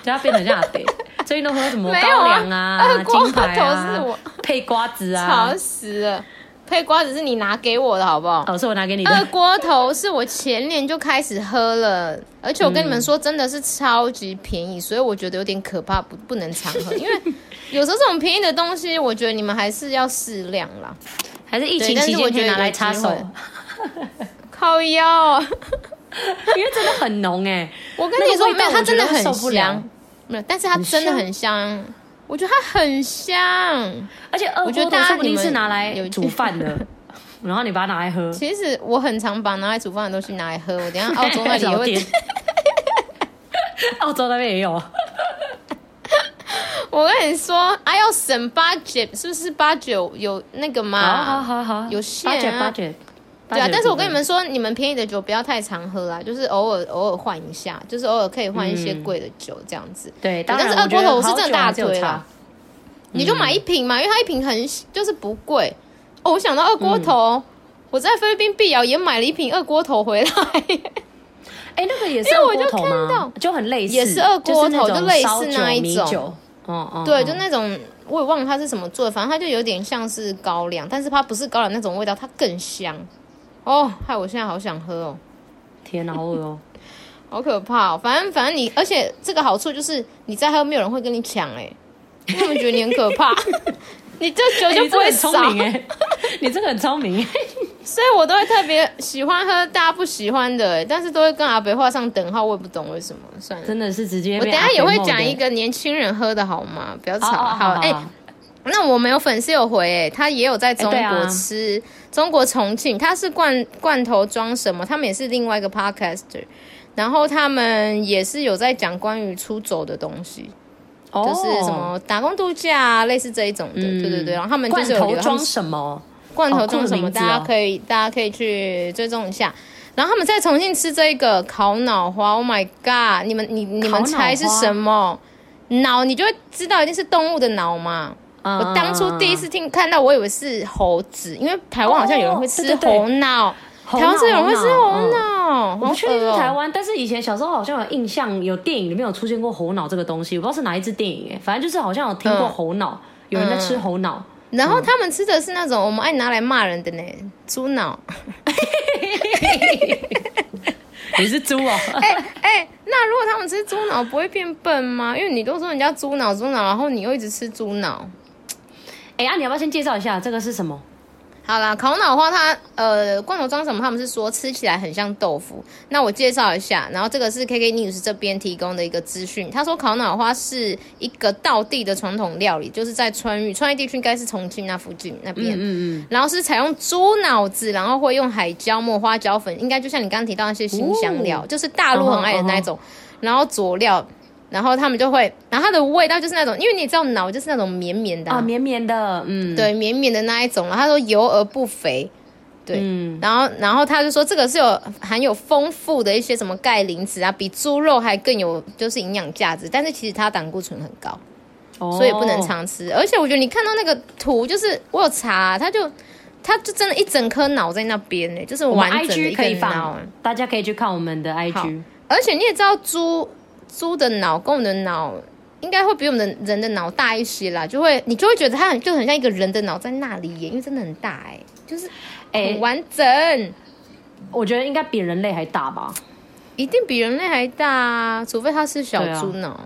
S1: 他变得很像阿 北。最近都喝什么
S2: 没有啊
S1: 高粱 啊、
S2: 二锅头
S1: 金牌
S2: 是
S1: 啊
S2: 我、
S1: 配瓜子啊
S2: 吵。死了！配瓜子是你拿给我的好不好？
S1: 哦，是我拿给你
S2: 二
S1: 的。
S2: 锅头是我前年就开始喝了，而且我跟你们说，真的是超级便宜，所以我觉得有点可怕，不不能常 喝，因为有时候这种便宜的东西，我觉得你们还是要适量啦。
S1: 还是疫
S2: 对
S1: 情
S2: 但是
S1: 期
S2: 我
S1: 间可
S2: 觉
S1: 以
S2: 得
S1: 拿来
S2: 有机
S1: 擦手，
S2: 会靠 腰，
S1: 因为真的很浓哎。
S2: 我跟你说
S1: 啊那个味
S2: 没
S1: 道
S2: 有，它
S1: 我觉
S2: 真
S1: 得
S2: 的
S1: 会
S2: 很
S1: 受不了
S2: 香，没有，但是它真的很香，我觉得它很香。
S1: 而且二
S2: 我觉
S1: 锅头
S2: 得大家
S1: 说不定
S2: 你们
S1: 是拿来
S2: 有
S1: 煮饭的， 然后你把它拿来喝。
S2: 其实我很常把拿来煮饭的东西拿来喝，我等一下 澳洲那里也
S1: 老
S2: 会
S1: 爹。 澳洲那边也有，
S2: 我跟你说，还、要省八九，是不是八九有那个嘛？
S1: 好好好好，
S2: 啊有
S1: 八
S2: 限
S1: 九
S2: 啊
S1: 八九。
S2: 对啊，但是我跟你
S1: 们。
S2: 们说，你们便宜的酒不要太常喝啦，就是偶尔偶尔换一下，就是偶尔可以换一些贵的酒这样子。
S1: 对，当
S2: 但
S1: 然
S2: 是二锅头是真的大啊
S1: 腿
S2: 推啦，你就买一瓶嘛，因为它一瓶很就是不贵。哦，我想到二锅头，
S1: 嗯
S2: 我在菲律宾碧瑶也买了一瓶二锅头回来，
S1: 哎、那个也是
S2: 因为
S1: 二
S2: 我
S1: 锅
S2: 就
S1: 头
S2: 看
S1: 吗
S2: 到？
S1: 就很类似，
S2: 也是二锅头
S1: 就
S2: 就类似
S1: 是
S2: 那一
S1: 种
S2: 种
S1: 烧酒米酒。哦哦，
S2: 对，
S1: 嗯
S2: 就那种我也忘了它是什么做的，反正它就有点像是高粱，但是它不是高粱那种味道，它更香。哦，害我现在好想喝哦。
S1: 天哪，好恶 哦！
S2: 好可怕、哦！反正反正你，而且这个好处就是你再喝，没有人会跟你抢 哎、因为他们觉得你很可怕，你这酒
S1: 哎
S2: 就
S1: 你
S2: 不
S1: 真的
S2: 会
S1: 很
S2: 少，
S1: 聪明哎， 你真的很聪明哎。
S2: 所以我都会特别喜欢喝大家不喜欢的、欸，但是都会跟阿北画上等号，我也不懂为什么。算了，
S1: 真的是直接
S2: 我
S1: 被
S2: 等
S1: 阿
S2: 一下
S1: 北
S2: 也
S1: 弄的。
S2: 会讲一个年轻人喝的好吗？不要
S1: 哦。
S2: 吵，
S1: 哦好
S2: 好哎、
S1: 哎、
S2: 那我们有粉丝有回、欸，他也有在中
S1: 哎对
S2: 国
S1: 啊
S2: 吃、中国重庆，他是罐罐头装什么？他们也是另外一个 podcaster，然后他们也是有在讲关于出走的东西，
S1: 哦嗯
S2: 就是什么打工度假啊，类似这一种的，对对对。然后他们就
S1: 罐
S2: 是有
S1: 头
S2: 留他
S1: 装
S2: 们
S1: 什么？
S2: 罐头装
S1: 哦
S2: 什
S1: 酷的
S2: 么，
S1: 名字哦
S2: 大家可以大家可以去追踪一下。然后他们在重庆吃这个烤脑花，Oh my god！你们你你
S1: 烤
S2: 们
S1: 脑
S2: 猜是
S1: 花
S2: 什么？脑你就会知道一定是动物的脑嘛。
S1: 嗯
S2: 我当初第一次听看到，我以为是猴子，因为台湾好像有人会吃
S1: 哦对对对
S2: 猴脑，
S1: 猴
S2: 台湾是有人会吃猴
S1: 脑嗯
S2: 脑，
S1: 我
S2: 好
S1: 不确定
S2: 恶
S1: 是
S2: 哦
S1: 台湾，但是以前小时候好像有印象，有电影里面有出欸现过猴脑这个东西，我不知道是哪一支电影哎，反正就是好像有听过
S2: 嗯
S1: 猴脑，有人在吃猴脑，
S2: 然后他们吃的是那种我们爱拿来骂人的呢，猪脑。
S1: 你是猪 哦、
S2: 哎 哎、那如果他们吃猪脑，不会变笨吗？因为你都说人家猪脑猪脑，然后你又一直吃猪脑。
S1: 哎、啊，你要不要先介绍一下这个是什么？
S2: 好啦，烤脑花它呃罐头装什么？他们是说吃起来很像豆腐。那我介绍一下，然后这个是 KK News 这边提供的一个资讯。他说烤脑花是一个道地的传统料理，就是在川渝川渝地区，应该是重庆那附近那边。嗯嗯。然后是采用猪脑子，然后会用海椒末、花椒粉，应该就像你刚刚提到那些新香料，
S1: 哦
S2: 就是大陆很爱的那一种。然后佐料，然后他们就会，然后它的味道就是那种，因为你知道脑就是那种绵绵的啊
S1: 啊，绵绵的，嗯，
S2: 对，绵绵的那一种。然后他说油而不肥，对，然后然后他就说这个是有含有丰富的一些什么钙磷脂啊，比猪肉还更有就是营养价值。但是其实它胆固醇很高，
S1: 哦，
S2: 所以不能常吃。而且我觉得你看到那个图，就是我有查、它就它就真的一整颗脑在那边呢、就是
S1: 我们
S2: 完整的
S1: IG
S2: 一
S1: 可
S2: 个
S1: 以
S2: 脑欸
S1: 放。，大家可以去看我们的 IG。
S2: 而且你也知道猪猪的脑跟我们的脑应该会比我们的人的脑大一些啦，就会你就会觉得它很就很像一个人的脑在那里耶，因为真的很大哎、就是
S1: 哎
S2: 很完整，
S1: 我觉得应该比人类还大吧。
S2: 一定比人类还大啊，除非它是小猪脑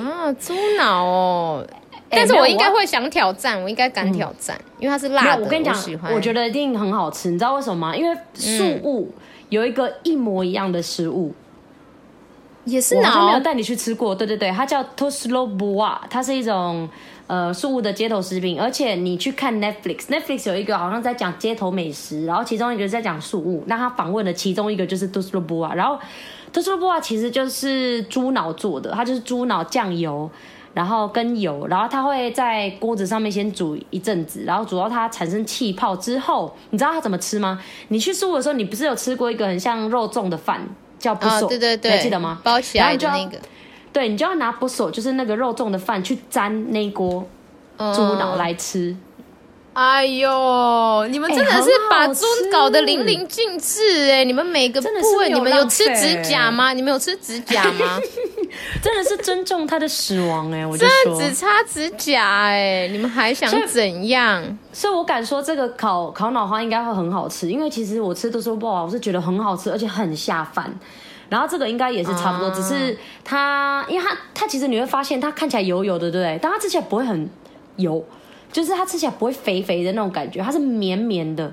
S2: 啊猪脑哦。但是
S1: 没有
S2: 我应该
S1: 我
S2: 会想挑战，我应该敢挑战，因为它是
S1: 嗯没
S2: 辣
S1: 有，
S2: 的，
S1: 我跟你讲
S2: 喜，欢。嗯
S1: 我觉得一定很好吃。你知道为什么吗？因为素物有一个一模一样的食物，
S2: 也是
S1: 我好像没
S2: 脑啊
S1: 有，带你去吃过。对对对，它叫 t o s l o b u a 它是一种呃素物的街头食品。而且你去看 Netflix，Netflix 有一个好像在讲街头美食，然后其中一个在讲素物。那他访问的其中一个就是 t o s l o b u a 然后 t o s l o b u a 其实就是猪脑做的，它就是猪脑酱油。然后跟油，然后它会在锅子上面先煮一阵子，然后煮到它产生气泡之后，你知道它怎么吃吗？你去素的时候，你不是有吃过一个很像肉粽的饭叫不
S2: 啊，
S1: 手、
S2: 对对
S1: 你
S2: 对，
S1: 还记得吗？
S2: 包起
S1: 然后
S2: 来
S1: 你就
S2: 的
S1: 要
S2: 那个
S1: 对你就要拿不手，就是那个肉粽的饭去沾那一锅猪脑。
S2: 嗯
S1: 来吃。
S2: 哎呦，你们
S1: 哎
S2: 真的是把猪搞得淋
S1: 很
S2: 漓尽致哎、你们每个部
S1: 真的是没
S2: 位，
S1: 有
S2: 你们有吃
S1: 浪费
S2: 指甲吗？你们有吃指甲 吗？
S1: 真的是尊重他的死亡哎、我就
S2: 真
S1: 说
S2: 的，只擦指甲哎、你们还想怎样？
S1: 所以我敢说这个烤烤脑花应该会很好吃，因为其实我吃都说不好，我是觉得很好吃，而且很下饭。然后这个应该也是差不多，
S2: 啊
S1: 只是它，因为它它其实你会发现它看起来油油的，对不对？但它吃起来不会很油，就是它吃起来不会肥肥的那种感觉，它是绵绵的。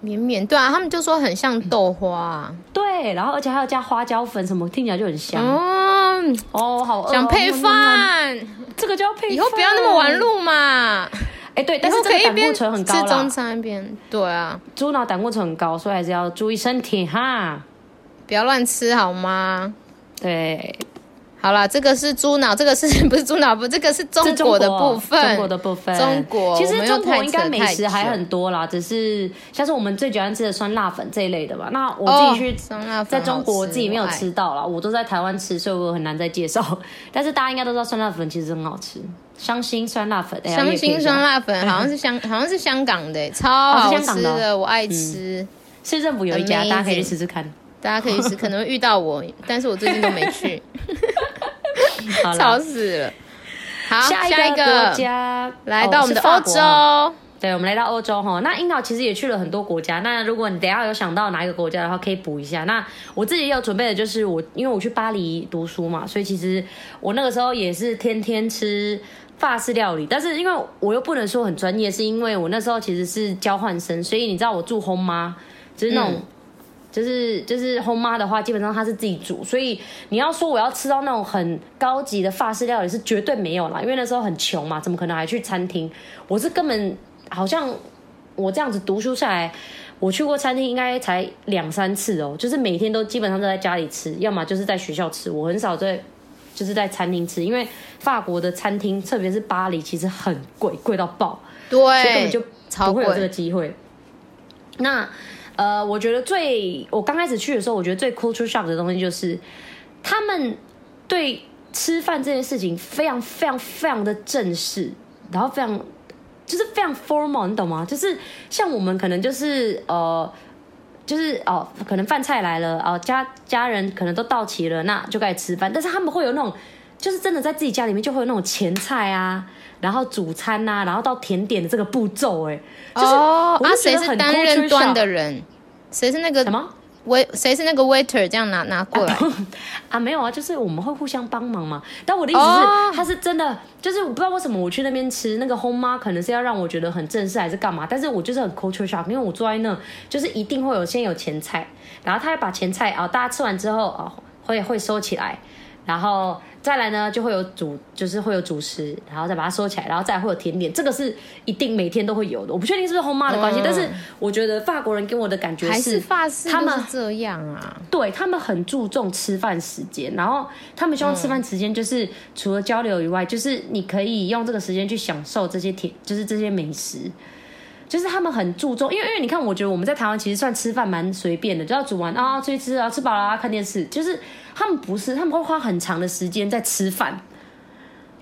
S2: 绵绵对啊，他们就说很像豆花、啊。
S1: 对，然后而且还要加花椒粉什么，听起来就很香。
S2: 哦，
S1: 哦，好饿哦
S2: 想配，饭，
S1: 这个就要配。
S2: 以后不要那么玩。路嘛。
S1: 哎，对，
S2: 以
S1: 但
S2: 后
S1: 是
S2: 可
S1: 这
S2: 以
S1: 个
S2: 一
S1: 胆
S2: 边
S1: 固
S2: 吃
S1: 醇很高啦
S2: 中，餐一边对啊，
S1: 猪脑胆固醇很高，所以还是要注意身体哈。
S2: 不要乱吃好吗？
S1: 对，
S2: 好啦，这个是猪脑，这个是 不是猪脑？不，这个是中
S1: 这
S2: 国的部分，
S1: 中国的部分，
S2: 中国
S1: 其实
S2: 我们又
S1: 中国
S2: 太
S1: 应
S2: 扯
S1: 该美
S2: 太
S1: 食还
S2: 久
S1: 很多啦，只是像是我们最喜欢吃的酸辣粉这一类的吧。那
S2: 哦
S1: 我自己去
S2: 酸辣粉
S1: 在中国
S2: 好
S1: 我
S2: 吃
S1: 自己没有
S2: 我爱
S1: 吃到啦，我都在台湾吃，所以我很难再介绍。但是大家应该都知道酸辣粉其实很好吃，伤心酸辣粉，哎呀
S2: 香
S1: 我也可以
S2: 辛
S1: 讲
S2: 酸 辣粉好像是香，好像是香港的欸，超好
S1: 是香
S2: 吃
S1: 港的哦
S2: 我爱吃。
S1: 市政府有一家，
S2: Amazing
S1: 大家可以去试试看。
S2: 大家可以吃，可能会遇到我，但是我最近都没去，
S1: 好
S2: 吵
S1: 了，
S2: 死了。好，
S1: 下
S2: 下一
S1: 国家
S2: 来
S1: 哦
S2: 到我们的
S1: 是
S2: 欧
S1: 法国啊
S2: 洲，
S1: 对，我们来到欧洲哈。那樱桃其实也去了很多国家。那如果你等一下有想到哪一个国家的话，可以补一下。那我自己有准备的就是我，因为我去巴黎读书嘛，所以其实我那个时候也是天天吃法式料理。但是因为我又不能说很专业，是因为我那时候其实是交换生，所以你知道我住轰妈，就是那种。
S2: 嗯
S1: 就是就是后妈的话，基本上她是自己煮，所以你要说我要吃到那种很高级的法式料理是绝对没有啦，因为那时候很穷嘛，怎么可能还去餐厅？我是根本好像我这样子读书下来，我去过餐厅应该才两三次哦，就是每天都基本上都在家里吃，要么就是在学校吃，我很少在就是在餐厅吃，因为法国的餐厅，特别是巴黎，其实很贵，贵到爆。所以根
S2: 对，
S1: 本就
S2: 超
S1: 不会有这个
S2: 贵，
S1: 机会。那呃，我觉得最我刚开始去的时候，我觉得最 culture shock 的东西就是他们对吃饭这件事情非常非常非常的正式，然后非常就是非常 formal，你懂吗？就是像我们可能就是呃。就是哦，可能饭菜来了哦，家家人可能都到齐了，那就该吃饭。但是他们会有那种就是真的在自己家里面就会有那种前菜啊，然后主餐呐、然后到甜点的这个步骤、哎，就是
S2: 哦，
S1: 我
S2: 啊，
S1: 就觉
S2: 谁
S1: 得
S2: 是
S1: 很
S2: 担
S1: culture
S2: 任端
S1: shock
S2: 的人？谁是那个
S1: 什么？
S2: wait？谁是那个 waiter 这样拿拿过来？
S1: 啊，没有啊，就是我们会互相帮忙嘛。但我的意思是，
S2: 哦
S1: 他是真的，就是我不知道为什么我去那边吃那个烘妈，可能是要让我觉得很正式还是干嘛，但是我就是很 culture shock，因为我坐在那，就是一定会有先有前菜，然后他会把前菜啊、大家吃完之后啊、会会收起来，然后再来呢就会有主，就是会有主食，然后再把它收起来，然后再会有甜点，这个是一定每天都会有的。我不确定是不是烘妈的关系，
S2: 嗯
S1: 但是我觉得法国人给我的感觉
S2: 还是发式
S1: 他
S2: 就
S1: 们
S2: 是这样啊？
S1: 对他们很注重吃饭时间，然后他们希望吃饭时间就是、除了交流以外，就是你可以用这个时间去享受这些甜，就是这些美食。就是他们很注重，因为因为你看，我觉得我们在台湾其实算吃饭蛮随便的，就要煮完啊出去吃啊，吃饱了啊看电视。就是他们不是，他们会花很长的时间在吃饭。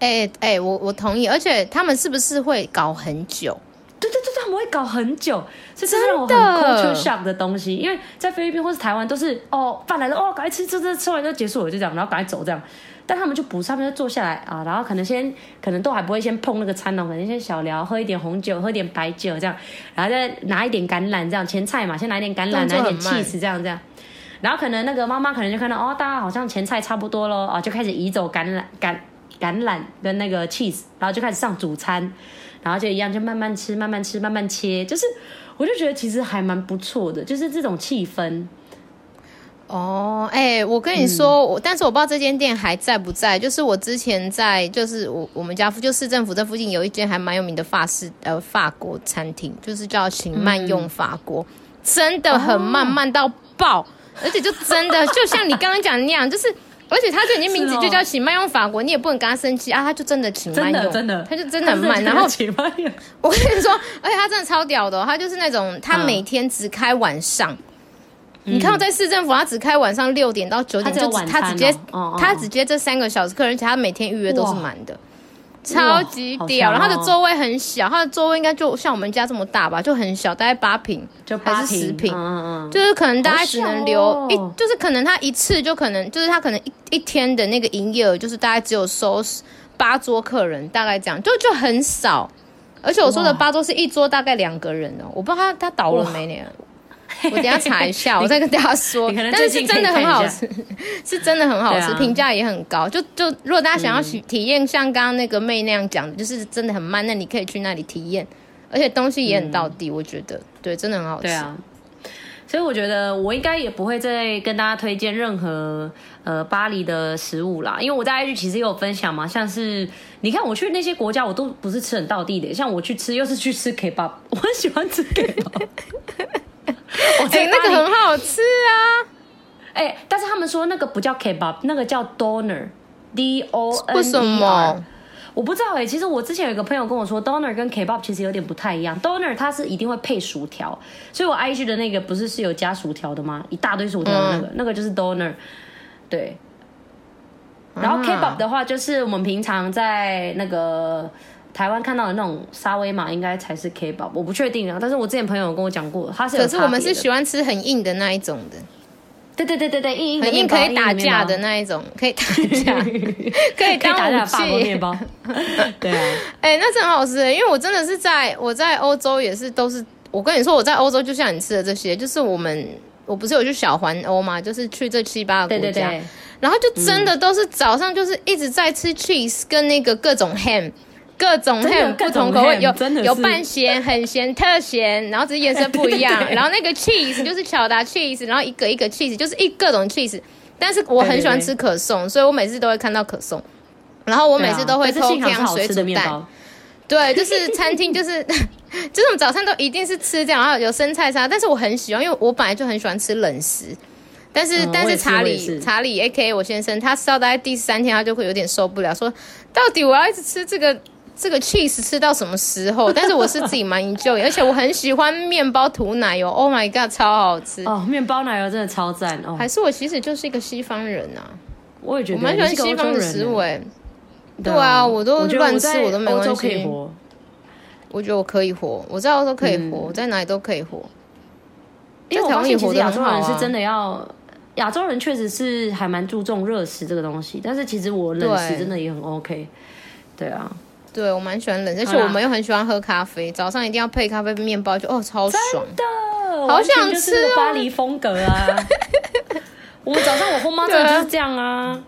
S2: 哎哎，我我同意，而且他们是不是会搞很久？
S1: 对对对，对他们会搞很久，所以这是让我很
S2: 真的
S1: culture shock 的东西。因为在菲律宾或是台湾都是哦，饭来了哦，赶快吃吃吃，吃完就结束了，就这样，然后赶快走这样。但他们就不是，他们就坐下来啊，然后可能先，可能都还不会先碰那个餐哦，可能先小聊，喝一点红酒，喝一点白酒这样，然后再拿一点橄榄这样，前菜嘛，先拿一点橄榄，拿
S2: 动作
S1: 一
S2: 很
S1: 点
S2: 慢
S1: cheese 这样这样。然后可能那个妈妈可能就看到哦，大家好像前菜差不多咯，啊，就开始移走橄榄橄橄榄跟那个 cheese，然后就开始上主餐，然后就一样就慢慢吃，慢慢吃，慢慢切，就是我就觉得其实还蛮不错的，就是这种气氛。
S2: 哦，哎、我跟你
S1: 嗯
S2: 说，我、但是我不知道这间店还在不在。就是我之前在，就是我我们家附就市政府这附近有一间还蛮有名的法式呃法国餐厅，就是叫请慢用法国，
S1: 嗯
S2: 真的很慢，慢到爆，而且就真的 就像你刚刚讲的那样，就是。而且它就已经名字
S1: 是哦
S2: 就叫请慢用法国，你也不能跟他生气啊，他就真的请慢
S1: 真的
S2: 用，
S1: 真的，
S2: 他就真的很慢，然后
S1: 起慢用，
S2: 我跟你说，而且他真的超屌的哦、他就是那种他
S1: 嗯
S2: 每天只开晚上。你看我在市政府，他只开晚上六点到九点，
S1: 他只有
S2: 就
S1: 晚
S2: 他
S1: 餐
S2: 直接
S1: 哦哦哦
S2: 他直接这三个小时客人，而且他每天预约都是满的，超级
S1: 好
S2: 屌。
S1: 强
S2: 然后他的
S1: 哦
S2: 座位很小，他的座位应该就像我们家这么大吧，就很小，大概八平
S1: 就八
S2: 还是十
S1: 瓶，
S2: 平
S1: 嗯，嗯嗯，
S2: 就是可能大家只能留
S1: 好
S2: 一
S1: 小哦，
S2: 就是可能他一次就可能就是他可能一一天的那个营业额就是大概只有收拾八桌客人，大概这样，就就很少。而且我说的
S1: 哇
S2: 八桌是一桌大概两个人哦，我不知道他他倒了没呢。我等一下查 一下，我再跟大家说。
S1: 你可能
S2: 但是
S1: 最
S2: 是
S1: 近
S2: 真的
S1: 可以
S2: 很
S1: 看一
S2: 好
S1: 下
S2: 吃，是 真的很好吃，
S1: 对啊嗯
S2: 评价也很高。就就如果大家想要体体验像刚刚那个妹那样讲的，就是真的很慢，那你可以去那里体验，而且东西也很到地，我觉得对，真的很好
S1: 嗯
S2: 吃
S1: 对。啊。所以我觉得我应该也不会再跟大家推荐任何呃巴黎的食物啦，因为我在 IG 其实也有分享嘛，像是你看我去那些国家我都不是吃很到地的，像我去吃又是去吃 Kebab，我很喜欢吃 Kebab。我
S2: 哎、
S1: 在
S2: 那
S1: 巴黎
S2: 个很好吃啊！
S1: 哎、但是他们说那个不叫 Kebab，那个叫 Doner，D O N
S2: 为什
S1: E
S2: 么
S1: R。？我不知道哎、其实我之前有一个朋友跟我说，Doner 跟 Kebab 其实有点不太一样。Doner 它是一定会配薯条，所以我 IG 的那个不是是有加薯条的吗？一大堆薯条的
S2: 嗯
S1: 那个，那个就是 Doner。对，然
S2: 啊
S1: 后 Kebab 的话，就是我们平常在那个台湾看到的那种沙威玛，应该才是 Kebab。我不确定啊，但是我之前朋友有跟我讲过，它是有
S2: 可是我们
S1: 差别的
S2: 是喜欢吃很硬的那一种的，
S1: 对对对对对，硬硬的
S2: 很
S1: 面
S2: 硬
S1: 包
S2: 可以打
S1: 硬的面包
S2: 架的那一种，可以打 架，可以
S1: 可以打
S2: 当
S1: 架
S2: 武
S1: 法国面
S2: 器。
S1: 包，对啊，
S2: 哎、那真的很好吃、因为我真的是在我在欧洲也是都是，我跟你说我在欧洲就像你吃的这些，就是我们我不是有去小环欧嘛，就是去这七八个
S1: 对
S2: 国
S1: 对
S2: 家，
S1: 对，
S2: 然后就真
S1: 嗯
S2: 的都是早上就是一直在吃 cheese 跟那个各种 ham。各种
S1: 真的
S2: ham
S1: 各
S2: 不
S1: 种
S2: 同口味
S1: ham，
S2: 有
S1: 真的是
S2: 有半咸、很咸、特咸，然后只是颜色不一
S1: 对
S2: 样
S1: 对。 对
S2: 然后那个 cheese 就是巧达 cheese，然后一个一个 cheese 就是一各种 cheese。但是我很喜欢
S1: 对对
S2: 吃可颂，所以我每次都会看到可颂，然后我
S1: 我
S2: 每次都会偷
S1: 幸啊好是
S2: 样
S1: 好
S2: 水
S1: 吃
S2: 煮
S1: 的面
S2: 蛋。
S1: 包，
S2: 对，就是餐厅，就是 就是我们早餐都一定是吃这样，然后有生菜沙拉。但是我很喜欢，因为我本来就很喜欢吃冷食。但是、
S1: 嗯
S2: 但
S1: 我也
S2: 是
S1: 是
S2: 查
S1: 我也是
S2: 理查理 A K 我先生，他吃到大概第三天，他就会有点受不了，说到底我要一直吃这个这个 cheese 吃到什么时候？但是我是自己蛮 enjoy，而且我很喜欢面包涂奶油，Oh my god，超好吃。
S1: 哦，面包奶油真的超赞哦，
S2: 还是我其实就是一个西方人啊，
S1: 我也觉
S2: 我
S1: 得
S2: 蛮喜欢西方的食物、，欸。对啊，我都
S1: 我觉得
S2: 乱
S1: 我
S2: 吃
S1: 在
S2: 我都没
S1: 欧
S2: 关
S1: 洲
S2: 系。
S1: 可以活，
S2: 我觉得我可以活，我在澳
S1: 嗯
S2: 洲可以活，我在哪里都可以活。
S1: 因为我
S2: 在台
S1: 发
S2: 湾
S1: 现
S2: 也
S1: 其
S2: 活
S1: 实
S2: 得
S1: 亚
S2: 很
S1: 洲
S2: 好
S1: 人
S2: 啊
S1: 是真的要亚洲人确实是还蛮注重热食这个东西，但是其实我冷食
S2: 对
S1: 真的也很 OK。对啊，
S2: 对我蛮喜欢冷，而
S1: 好
S2: 且
S1: 啦
S2: 我们又很喜欢喝咖啡，早上一定要配咖啡面包，就哦超爽。
S1: 的，
S2: 好想
S1: 完全就是那个
S2: 吃哦
S1: 巴黎风格 啊！我早上我后妈真的就是这样啊，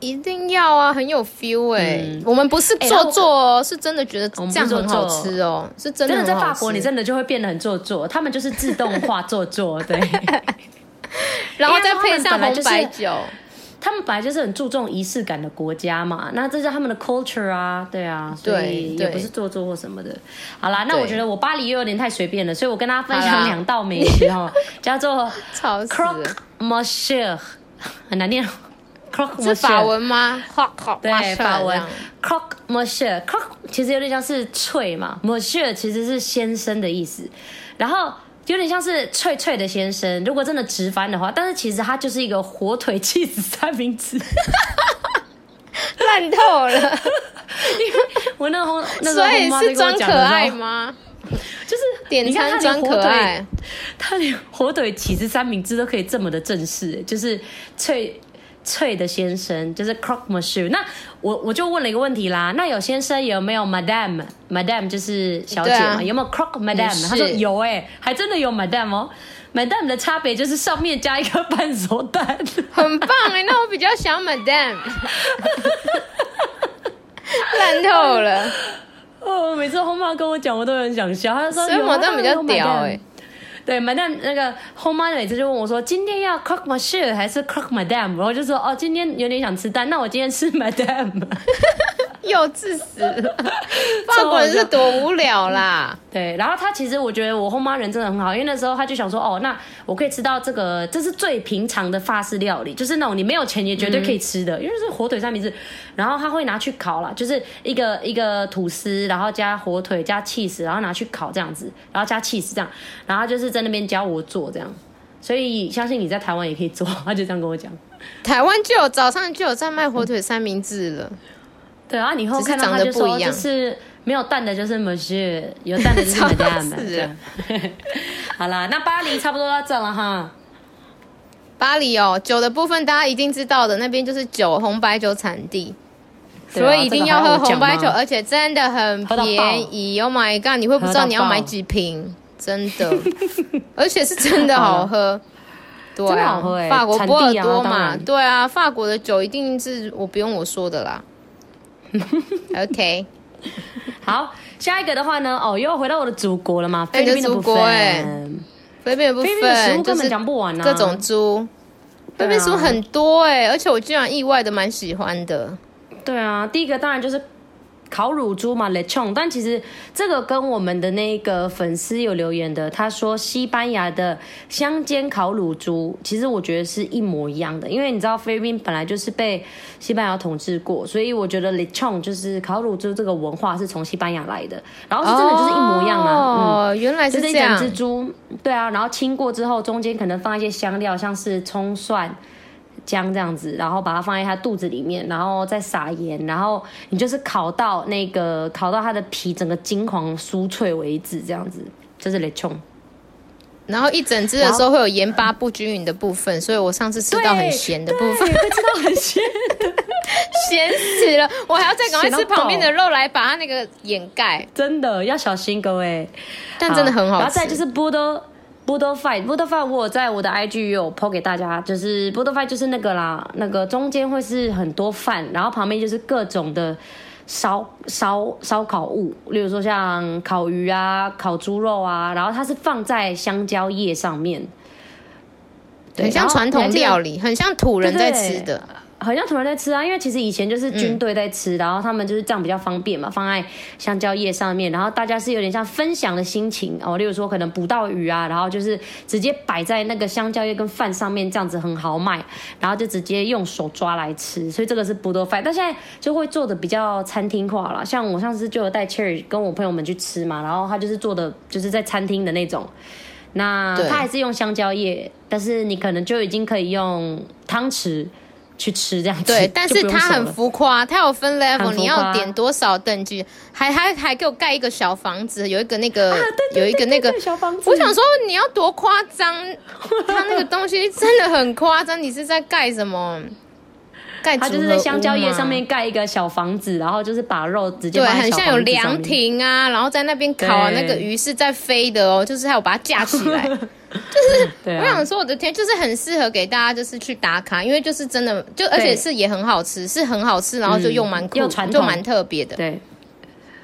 S2: 一定要啊，很有 feel 哎、
S1: 嗯
S2: 我们不是
S1: 然
S2: 做
S1: 后
S2: 作哦，是真的觉得
S1: 我们
S2: 这
S1: 不是
S2: 样很好
S1: 做作
S2: 吃哦，是真的
S1: 真的在
S2: 很好
S1: 法国
S2: 吃
S1: 你真的就会变得很做作，他们就是自动化做作， 对。
S2: 然后
S1: 因为
S2: 再
S1: 哎他们
S2: 配上
S1: 本来
S2: 红
S1: 就是
S2: 白酒，
S1: 他们本来就是很注重仪式感的国家嘛，那这是他们的 culture 啊，对啊，所以
S2: 对对
S1: 也不是做作或什么的。好啦，那
S2: 对
S1: 我觉得我巴黎又有点太随便了，所以我跟大家分
S2: 好
S1: 享
S2: 啦
S1: 两道美食 哦，叫做
S2: 超死
S1: croque
S2: 了。
S1: monsieur，很难念，croque 哦
S2: 是
S1: monsieur
S2: 法文吗？啊画画
S1: 对，法文
S2: 画
S1: croque monsieur croque 其实有点像是脆嘛，monsieur 其实是先生的意思，然后有点像是脆脆的先生，如果真的直翻的话，但是其实它就是一个火腿 cheese 三明治。
S2: 这样烂透了，
S1: 我那个红 那个
S2: 所
S1: 红
S2: 以
S1: 妈在
S2: 是
S1: 跟
S2: 装
S1: 我
S2: 可
S1: 讲的
S2: 爱
S1: 时候，
S2: 吗？
S1: 就是
S2: 点
S1: 你看他
S2: 餐
S1: 连
S2: 装
S1: 火
S2: 可
S1: 腿
S2: 爱，
S1: 他连火腿起司三明治都可以这么的正式，就是脆脆的先生，就是 croque monsieur。那我我就问了一个问题啦，那有先生有没有 madam madam 就是小姐嘛？
S2: 对啊
S1: 有没有 croque madam？
S2: 是
S1: 他说有哎、还真的有 madam 哦。madam 的差别就是上面加一颗半熟蛋，
S2: 很棒哎、那我比较想 Madam，烂透了，
S1: 哦，每次后妈跟我讲，我都很想笑。她就说，
S2: 所以
S1: 有啊
S2: Madame 比较屌欸。
S1: 对，Madame 那个后妈每次就问我说，今天要 cook monsieur 还是 cook Madame？然后就说，哦，今天有点想吃蛋，那我今天吃 Madame。
S2: 幼稚死了。法国人是多无聊啦，
S1: 对，然后她其实我觉得我后妈人真的很好，因为那时候她就想说，哦，那我可以吃到这个，这是最平常的法式料理，就是那种你没有钱也绝对可以吃的，因为是火腿三明治。然后她会拿去烤啦，就是一个一个吐司，然后加火腿加 cheese，然后拿去烤这样子，然后加 cheese 这样，然后她就是在那边教我做这样。所以相信你在台湾也可以做， 她就这样跟我讲。
S2: 台湾就有早上就有在卖火腿三明治了，
S1: 对啊，你以后
S2: 只是
S1: 看到
S2: 长
S1: 他
S2: 得
S1: 就
S2: 不
S1: 说
S2: 一样
S1: 就是没有蛋的，就是 monsieur，有蛋 的就是
S2: 超
S1: madame
S2: 市
S1: 这样。 好啦，那巴黎差不多到这了哈。
S2: 巴黎哦，酒的部分大家一定知道的，那边就是酒红白酒产地，
S1: 对啊
S2: 所以一定要喝红白
S1: 这
S2: 酒，
S1: 个还要我讲吗
S2: 而且真的很
S1: 喝到
S2: 便宜。Oh my god！你会不知道你要买几瓶，真的， 而且是真的好喝。对
S1: 真的
S2: 啊
S1: 好喝欸，
S2: 法国
S1: 产地
S2: 波
S1: 啊
S2: 尔多
S1: 当
S2: 嘛，
S1: 然
S2: 对啊，法国的酒一定是我不用我说 的啦。OK，
S1: 好，下一个的话呢，哦，又要回到我的祖国了嘛，
S2: 哎
S1: 菲律宾
S2: 你的
S1: 部
S2: 祖国
S1: 分
S2: 哎菲律宾的部
S1: 菲律宾的食物
S2: 分就
S1: 根本
S2: 是
S1: 讲不完啊，
S2: 各种猪，菲
S1: 对啊
S2: 律宾猪很多哎，而且我竟然意外的蛮喜欢的。
S1: 对啊，第一个当然就是烤乳猪嘛 l e c h o n 但其实这个跟我们的那个粉丝有留言的，他说西班牙的香煎烤乳猪，其实我觉得是一模一样的，因为你知道菲律宾本来就是被西班牙统治过，所以我觉得 l e c h o n 就是烤乳猪这个文化是从西班牙来的，然后是真的就是一模一样啊，嗯。
S2: 哦，原来
S1: 就是是
S2: 这
S1: 一整
S2: 样。
S1: 只猪，对啊，然后清过之后，中间可能放一些香料，像是葱、蒜、姜这样子，然后把它放在它肚子里面，然后再撒盐，然后你就是烤到那个烤到它的皮整个金黄酥脆为止，这样子，这是雷冲。
S2: 然后一整只的时候会有盐巴不均匀的部分，所以我上次吃到很咸的部分，
S1: 对，会吃到很鲜。
S2: 咸死了，我还要再赶快吃
S1: 咸到爆
S2: 旁边的肉来把它那个掩盖，
S1: 真的要小心各位。
S2: 但真的很
S1: 然
S2: 好
S1: 后再就
S2: 吃。
S1: 是 Budo Budo Fight Budo Fight，我有在我的 IG 也有 PO 给大家，就是 Budo Fight 就是那个啦，那个中间会是很多饭，然后旁边就是各种的。烧烧烧烤物，例如说像烤鱼啊、烤猪肉啊，然后它是放在香蕉叶上面，对
S2: 很像传统料，理，很像土人在吃
S1: 对
S2: 的。
S1: 然后你还记得好像土人在吃啊，因为其实以前就是军队在吃，然后他们就是这样比较方便嘛，放在香蕉叶上面，然后大家是有点像分享的心情哦，例如说可能捕到鱼啊，然后就是直接摆在那个香蕉叶跟饭上面，这样子很豪迈，然后就直接用手抓来吃，所以这个是不多饭，但现在就会做的比较餐厅化了，像我上次就有带 Cherry 跟我朋友们去吃嘛，然后他就是做的就是在餐厅的那种。那
S2: 对
S1: 它还是用香蕉叶，但是你可能就已经可以用汤匙去吃这样子。
S2: 对，但是
S1: 就不
S2: 它
S1: 用熟
S2: 很
S1: 了
S2: 浮夸，它有分
S1: 很
S2: level，
S1: 浮夸
S2: 你要点多少等级，还还还给我盖一个小房子，有一个那个，有一个那个
S1: 啊对对对小房子
S2: 我想说你要多夸 张，它那个东西真的很夸张，你是在盖什么？盖
S1: 它就
S2: 组
S1: 是
S2: 合
S1: 在
S2: 屋
S1: 香蕉叶
S2: 吗
S1: 上面盖一个小房子，然后就是把肉直接
S2: 对，
S1: 放在
S2: 很
S1: 小
S2: 像有
S1: 房子上
S2: 凉
S1: 面。
S2: 亭啊，然后在那边烤啊，
S1: 对
S2: 那个鱼是在飞的哦，就是还有把它架起来，
S1: 对
S2: 我
S1: 啊
S2: 想，说，我的天，就是很适合给大家就是去打卡，因为就是真的，就而且是也很好吃，是很好吃，然后就又蛮酷
S1: 又嗯传，统
S2: 就蛮特别的，
S1: 对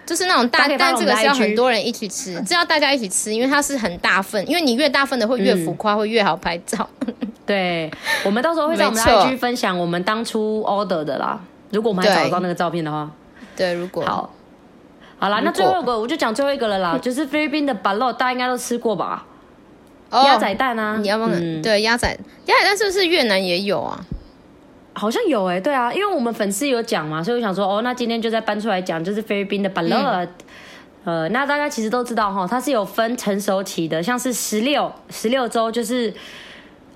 S2: 就是那种
S1: 大家
S2: 大
S1: 可，以发
S2: 但
S1: 到
S2: 这个是要
S1: 我们的 IG
S2: 很多人一 起吃，这要大家一起吃，因为它是很大份，因为你越大份的会越浮夸，会越好拍照。
S1: 对，我们到时候会在我们的
S2: 没错
S1: IG 分享我们当初 order 的啦。如果我们还
S2: 对
S1: 找得到那个照片的话，
S2: 对，如果
S1: 好，好啦，那最后一个我就讲最后一个了啦，就是菲律宾的板肉，大家应该都吃过吧？
S2: 哦
S1: 鸭仔蛋啊，
S2: 你要不要？
S1: 嗯
S2: 对，鸭仔鸭仔蛋是不是越南也有啊？
S1: 好像有哎、对啊，因为我们粉丝有讲嘛，所以我想说，哦，那今天就再搬出来讲，就是菲律宾的嗯 b a l o、呃，那大家其实都知道哈，它是有分成熟期的，像是十六十六周，就是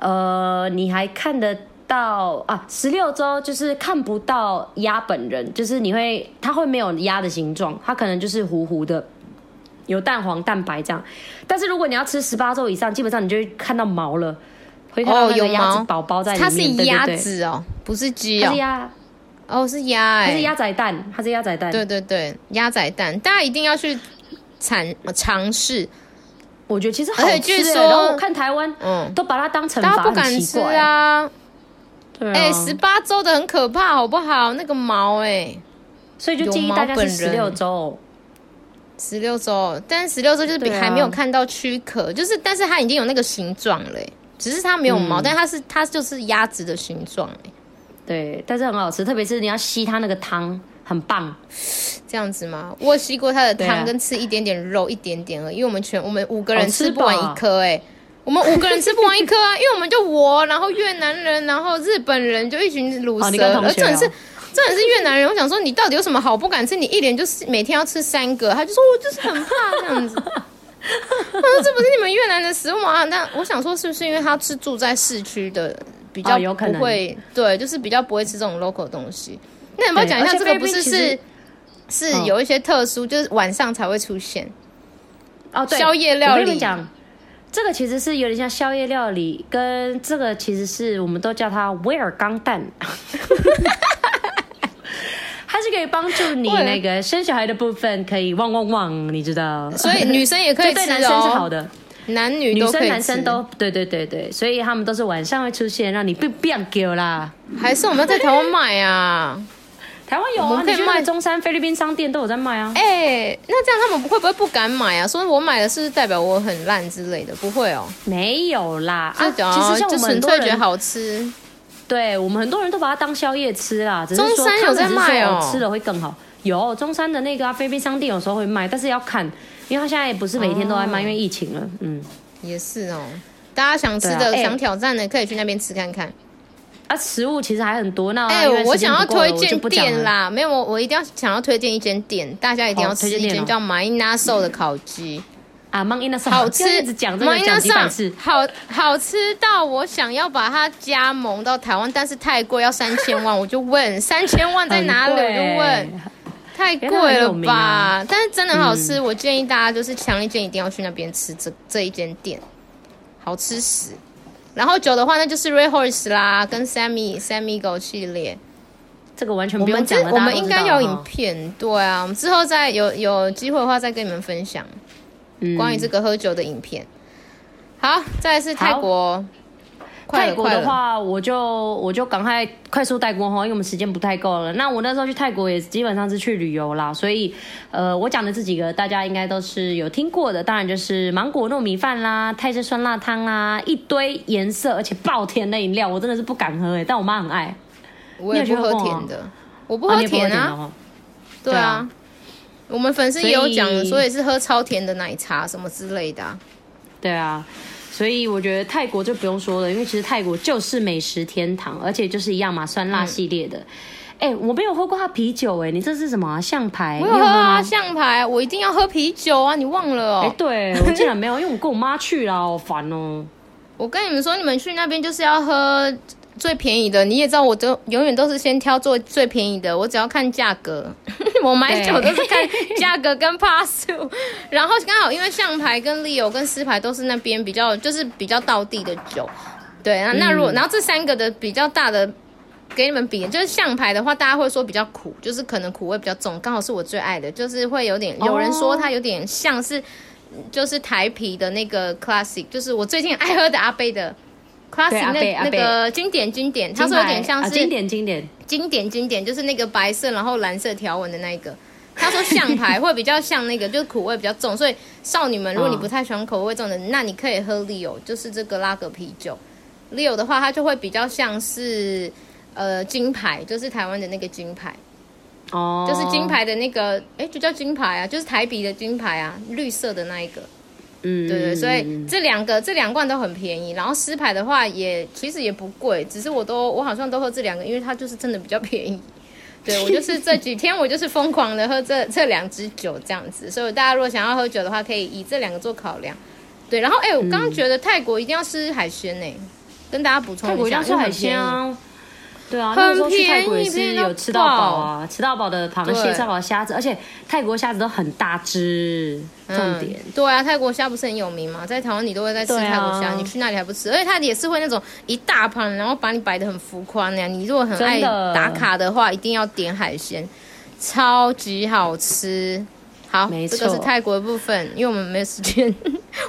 S1: 呃，你还看得到啊，十六周就是看不到鸭本人，就是你会它会没有鸭的形状，它可能就是糊糊的，有蛋黄蛋白这样。但是如果你要吃十八周以上，基本上你就会看到毛了，会看到
S2: 哦，
S1: 那个
S2: 有
S1: 鸭
S2: 毛
S1: 子宝嗯宝在里面，
S2: 它是
S1: 对
S2: 鸭
S1: 对对
S2: 子哦，不是鸡
S1: 它
S2: 哦
S1: 是，鸭。
S2: 哦是鸭
S1: 它
S2: 哎
S1: 是，鸭仔蛋，它是鸭仔蛋。
S2: 对，对对，鸭仔蛋，大家一定要去尝尝试。
S1: 我觉得其实好
S2: 而且
S1: 吃、
S2: 据
S1: 欸。
S2: 说
S1: 然后我看台湾，
S2: 嗯
S1: 都把它当惩
S2: 大
S1: 罚，
S2: 家不敢
S1: 很奇
S2: 吃
S1: 怪。
S2: 啊！
S1: 对啊，
S2: 哎、十八周的很可怕，好不好？那个毛哎、
S1: 所以就建议大家是十六周。
S2: 十六周，但十六周就是比
S1: 对啊
S2: 还没有看到躯壳，就是但是它已经有那个形状了、哎只是它没有
S1: 嗯
S2: 毛，但它是它就是鸭子的形状、哎
S1: 对，但是很好吃，特别是你要吸它那个汤，很棒。
S2: 这样子吗？我有吸过它的
S1: 对啊
S2: 汤，跟吃一点点肉，一点点而已，因为我们全我们五个人
S1: 好吃
S2: 吃不完
S1: 饱啊
S2: 一颗哎、我们五个人吃不完一颗啊，因 为我们就我，然后越南人，然后日本人，就一群卤
S1: 哦你
S2: 蛇，呃
S1: 跟同学
S2: 而重点是
S1: 哦
S2: 重点是越南人，我想说你到底有什么好不敢吃？你一连就是每天要吃三个，他就说我就是很怕这样子。 我说这不是你们越南的食物吗？那我想说是不是因为他是住在市区的，比较
S1: 哦有可
S2: 不
S1: 能
S2: 会、对，就是比较不会吃这种 local 东西。那你要不要
S1: 对
S2: 讲一
S1: 而
S2: 下
S1: 且
S2: 这个
S1: 菲律
S2: 不
S1: 宾
S2: 是
S1: 其实
S2: 是是
S1: 嗯
S2: 有一些特殊，就是晚上才会出现。
S1: 哦，对，
S2: 宵夜料理
S1: 我跟你们讲，这个其实是有点像宵夜料理，跟这个其实是我们都叫它威尔刚 蛋。它是可以帮助你
S2: 威尔
S1: 那个生小孩的部分可以旺旺旺，你知道？
S2: 所以女生也可以
S1: 这
S2: 吃
S1: 对
S2: 哦，
S1: 男生是好的。
S2: 男女
S1: 女
S2: 都可
S1: 生
S2: 以吃。
S1: 男生都对对对对，所以他们都是晚上会出现，让你变变狗啦。
S2: 还是我们要在台湾买啊？
S1: 台湾有
S2: 我
S1: 啊，
S2: 们可以
S1: 你去那个
S2: 卖
S1: 中山菲律宾商店都有在卖啊。
S2: 哎、那这样他们会不会不敢买啊？说我买了是不是代表我很烂之类的？不会哦，
S1: 没有啦，啊，
S2: 就
S1: 其
S2: 讲
S1: 实像
S2: 就
S1: 我们很
S2: 纯
S1: 多
S2: 粹觉得
S1: 人，
S2: 好吃。
S1: 对我们很多人都把它当宵夜吃啦。只是
S2: 中
S1: 说
S2: 山
S1: 他
S2: 有
S1: 们
S2: 在
S1: 只是
S2: 卖
S1: 说
S2: 哦
S1: 吃了会更好。有中山的那个啊，菲律宾商店有时候会卖，但是要看，因为他现在也不是每天都
S2: 哦
S1: 在卖，因为疫情了。嗯，
S2: 也是哦，大家想吃
S1: 对啊
S2: 的、
S1: 哎
S2: 想挑战的，可以去那边吃看看。
S1: 啊，食物其实还很多。那
S2: 哎、
S1: 啊因为
S2: 我
S1: 时间
S2: 想要
S1: 不够了
S2: 推荐
S1: 我就不讲
S2: 店
S1: 了。
S2: 啦，没有，我我一定要想要推荐一间店，大家一定
S1: 好
S2: 要吃
S1: 推荐
S2: 一
S1: 店
S2: 间
S1: 哦
S2: 叫 Marina s o 的烤 鸡，
S1: 啊，mang in
S2: 好吃，
S1: 一直讲这个讲几百
S2: Marina
S1: 次
S2: San，好好吃到我想要把它加盟到台湾，但是太贵，要三千万，我就问三千万在哪里，我
S1: 很
S2: 就
S1: 贵
S2: 问。太
S1: 原来
S2: 贵
S1: 很
S2: 了
S1: 有名
S2: 吧？
S1: 啊
S2: 但是真的很好吃，我建议大家就是强烈建议一定要去那边吃这这一间店，好吃死。然后酒的话，那就是 Red Horse 啦，跟 Sammy Sammy Go 系列。
S1: 这个完全
S2: 我
S1: 不
S2: 们
S1: 用
S2: 之
S1: 讲了。大
S2: 我
S1: 家
S2: 们
S1: 都
S2: 应
S1: 知
S2: 该
S1: 道
S2: 有
S1: 哈
S2: 影片，对啊，我们之后再有有机会的话再跟你们分享
S1: 嗯
S2: 关于这个喝酒的影片。好，再来是泰
S1: 好
S2: 国，快
S1: 泰
S2: 了
S1: 国
S2: 快
S1: 的
S2: 了，
S1: 话，我就我就赶快快速带过哈，因为我们时间不太够了。那我那时候去泰国也基本上是去旅游啦，所以呃，我讲的这几个大家应该都是有听过的，当然就是芒果糯米饭啦、泰式酸辣汤啦，一堆颜色而且爆甜的饮料，我真的是不敢喝哎、但我妈很爱。
S2: 我
S1: 你
S2: 也
S1: 有去
S2: 不
S1: 喝
S2: 喝
S1: 过
S2: 甜
S1: 吗
S2: 的，我不喝
S1: 你也
S2: 甜
S1: 的
S2: 啊，
S1: 哦
S2: 对
S1: 对
S2: 啊
S1: 啊，
S2: 我们粉丝也有讲
S1: 所以，
S2: 说也是喝超甜的奶茶什么之类的啊、
S1: 对啊，所以我觉得泰国就不用说了，因为其实泰国就是美食天堂，而且就是一样嘛，酸辣系列的。
S2: 嗯
S1: 哎、我没有喝过它啤酒哎、你这是什么、啊、象牌？
S2: 我
S1: 你
S2: 有喝
S1: 吗
S2: 啊，象牌，我一定要喝啤酒啊！你忘了
S1: 哎、
S2: 哦？
S1: 对我竟然没有，因为我跟我妈去啦，好烦哦、
S2: 我跟你们说，你们去那边就是要喝最便宜的，你也知道，我都永远都是先挑做最便宜的，我只要看价格。 我买酒都是看价格跟趴数，然后刚好因为象牌跟 Leo 跟狮牌都是那边比较，就是比较道地的酒。对，那那如果、然后这三个的比较大的。给你们比，就是象牌的话，大家会说比较苦，就是可能苦味比较重，刚好是我最爱的，就是会有点，有人说它有点像是，就是台啤的那个 classic，就是我最近爱喝的阿贝的 classic
S1: 阿贝
S2: 那
S1: 阿
S2: 那
S1: 贝
S2: 个经典经典， 它是有点像
S1: 啊
S2: 是
S1: 经典经典，
S2: 经典经典，就是那个白色然后蓝色条纹的那一个。他说象牌会比较像那个，就是苦味比较重，所以少女们，如果你
S1: 嗯
S2: 不太喜欢口味重的，那你可以喝 Leo，就是这个拉格啤酒。Leo 的话，它就会比较像是呃金牌，就是台湾的那个金牌，
S1: 哦，
S2: 就是金，牌的那个，哎、就叫金牌啊，就是台啤的金牌啊，绿色的那一个。
S1: 嗯，
S2: 对对，所以
S1: 嗯
S2: 这两个这两罐都很便宜，然后狮牌的话也其实也不贵，只是我都我好像都喝这两个，因为它就是真的比较便 宜。对我就是这几天我就是疯狂的喝这这两支酒这样子，所以大家如果想要喝酒的话，可以以这两个做考量。对，然后哎、我
S1: 嗯
S2: 刚刚觉得泰国一定要吃海鲜呢、跟大家补充
S1: 泰国
S2: 一
S1: 一
S2: 下，
S1: 定要吃海鲜啊。对啊，
S2: 很
S1: 那个时候去泰国也
S2: 便宜
S1: 是
S2: 便宜到
S1: 有吃到饱啊，吃到饱的螃
S2: 对
S1: 蟹、吃到饱的虾子，而且泰国虾子都很大只，
S2: 因
S1: 重
S2: 为很便宜。
S1: 点。
S2: 嗯，对啊，泰国虾不是很有名嘛，在台湾你都会在吃
S1: 对啊
S2: 泰国虾，你去那里还不吃，而且它也是会那种一大盘，然后把你摆的很浮夸那样。你如果很爱
S1: 真的
S2: 打卡的话，一定要点海鲜，超级好吃。好，
S1: 没
S2: 这
S1: 错
S2: 个是泰国的部分，因为我们没有 时间，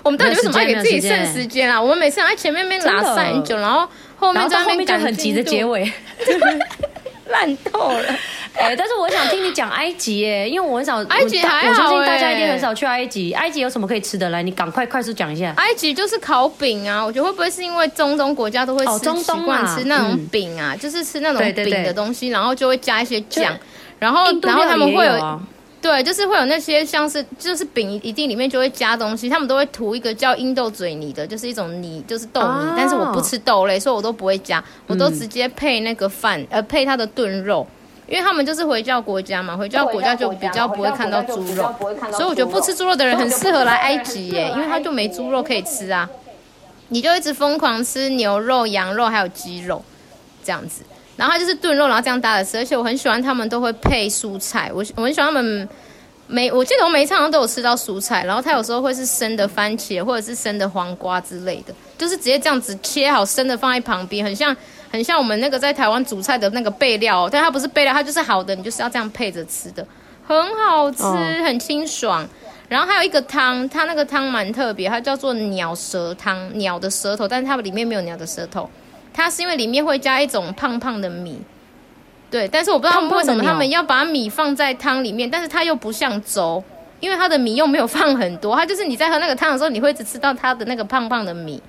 S2: 我们到底为什么要给自己
S1: 没有
S2: 剩
S1: 时间
S2: 时间啊？我们每次在前面面拉
S1: 真的
S2: 塞很久，然后后
S1: 然
S2: 面
S1: 后
S2: 在
S1: 到
S2: 那
S1: 后
S2: 边
S1: 面就
S2: 赶
S1: 很急着
S2: 进度
S1: 结，尾，
S2: 烂透 了。
S1: 哎，但是我想听你讲埃及耶，因为我很少
S2: 埃及
S1: 我大
S2: 还好
S1: 我相信大家一定
S2: 哎
S1: 很少去埃及。埃及有什么可以吃的？来，你赶快快速讲一下。
S2: 埃及就是烤饼啊，我觉得会不会是因为中东国家都会吃、
S1: 哦中东啊
S2: 习惯吃那种
S1: 嗯
S2: 饼啊，就是吃那种
S1: 对对
S2: 饼
S1: 对
S2: 的东西，然后就会加一些酱
S1: 就，
S2: 然后
S1: 印度
S2: 哦然后
S1: 料
S2: 他
S1: 理
S2: 们
S1: 也
S2: 会
S1: 有啊
S2: 对，就是会有那些像是就是饼一定里面就会加东西，他们都会涂一个叫鹰豆嘴泥的，就是一种泥，就是豆泥，
S1: 哦嗯
S2: 但是我不吃豆类，所以我都不会加，我都直接配那个饭，呃，配它的炖肉。因为他们就是回教国家嘛，回教国家就比较不会看到猪肉，所以我觉得不吃猪肉的人很适合来埃及耶，因为他就没猪肉可以吃啊，你就一直疯狂吃牛肉、羊肉还有鸡肉，这样子。然后它就是炖肉，然后这样搭着吃，而且我很喜欢他们都会配蔬菜，我我很喜欢他们每我记得我每一餐好像都有吃到蔬菜，然后它有时候会是生的番茄或者是生的黄瓜之类的，就是直接这样子切好生的放在旁边，很像很像我们那个在台湾煮菜的那个备料、哦，但它不是备料，它就是好的，你就是要这样配着吃的，很好吃，
S1: 哦
S2: 很清爽。然后还有一个汤，它那个汤蛮特别，它叫做鸟舌汤，鸟的舌头，但是它里面没有鸟的舌头，它是因为里面会加一种胖胖的米，对，但是我不知道他们为
S1: 哦
S2: 什么他们要把米放在汤里面，但是它又不像粥，因为它的米又没有放很多，它就是你在喝那个汤的时候，你会一直吃到它的那个胖胖的米，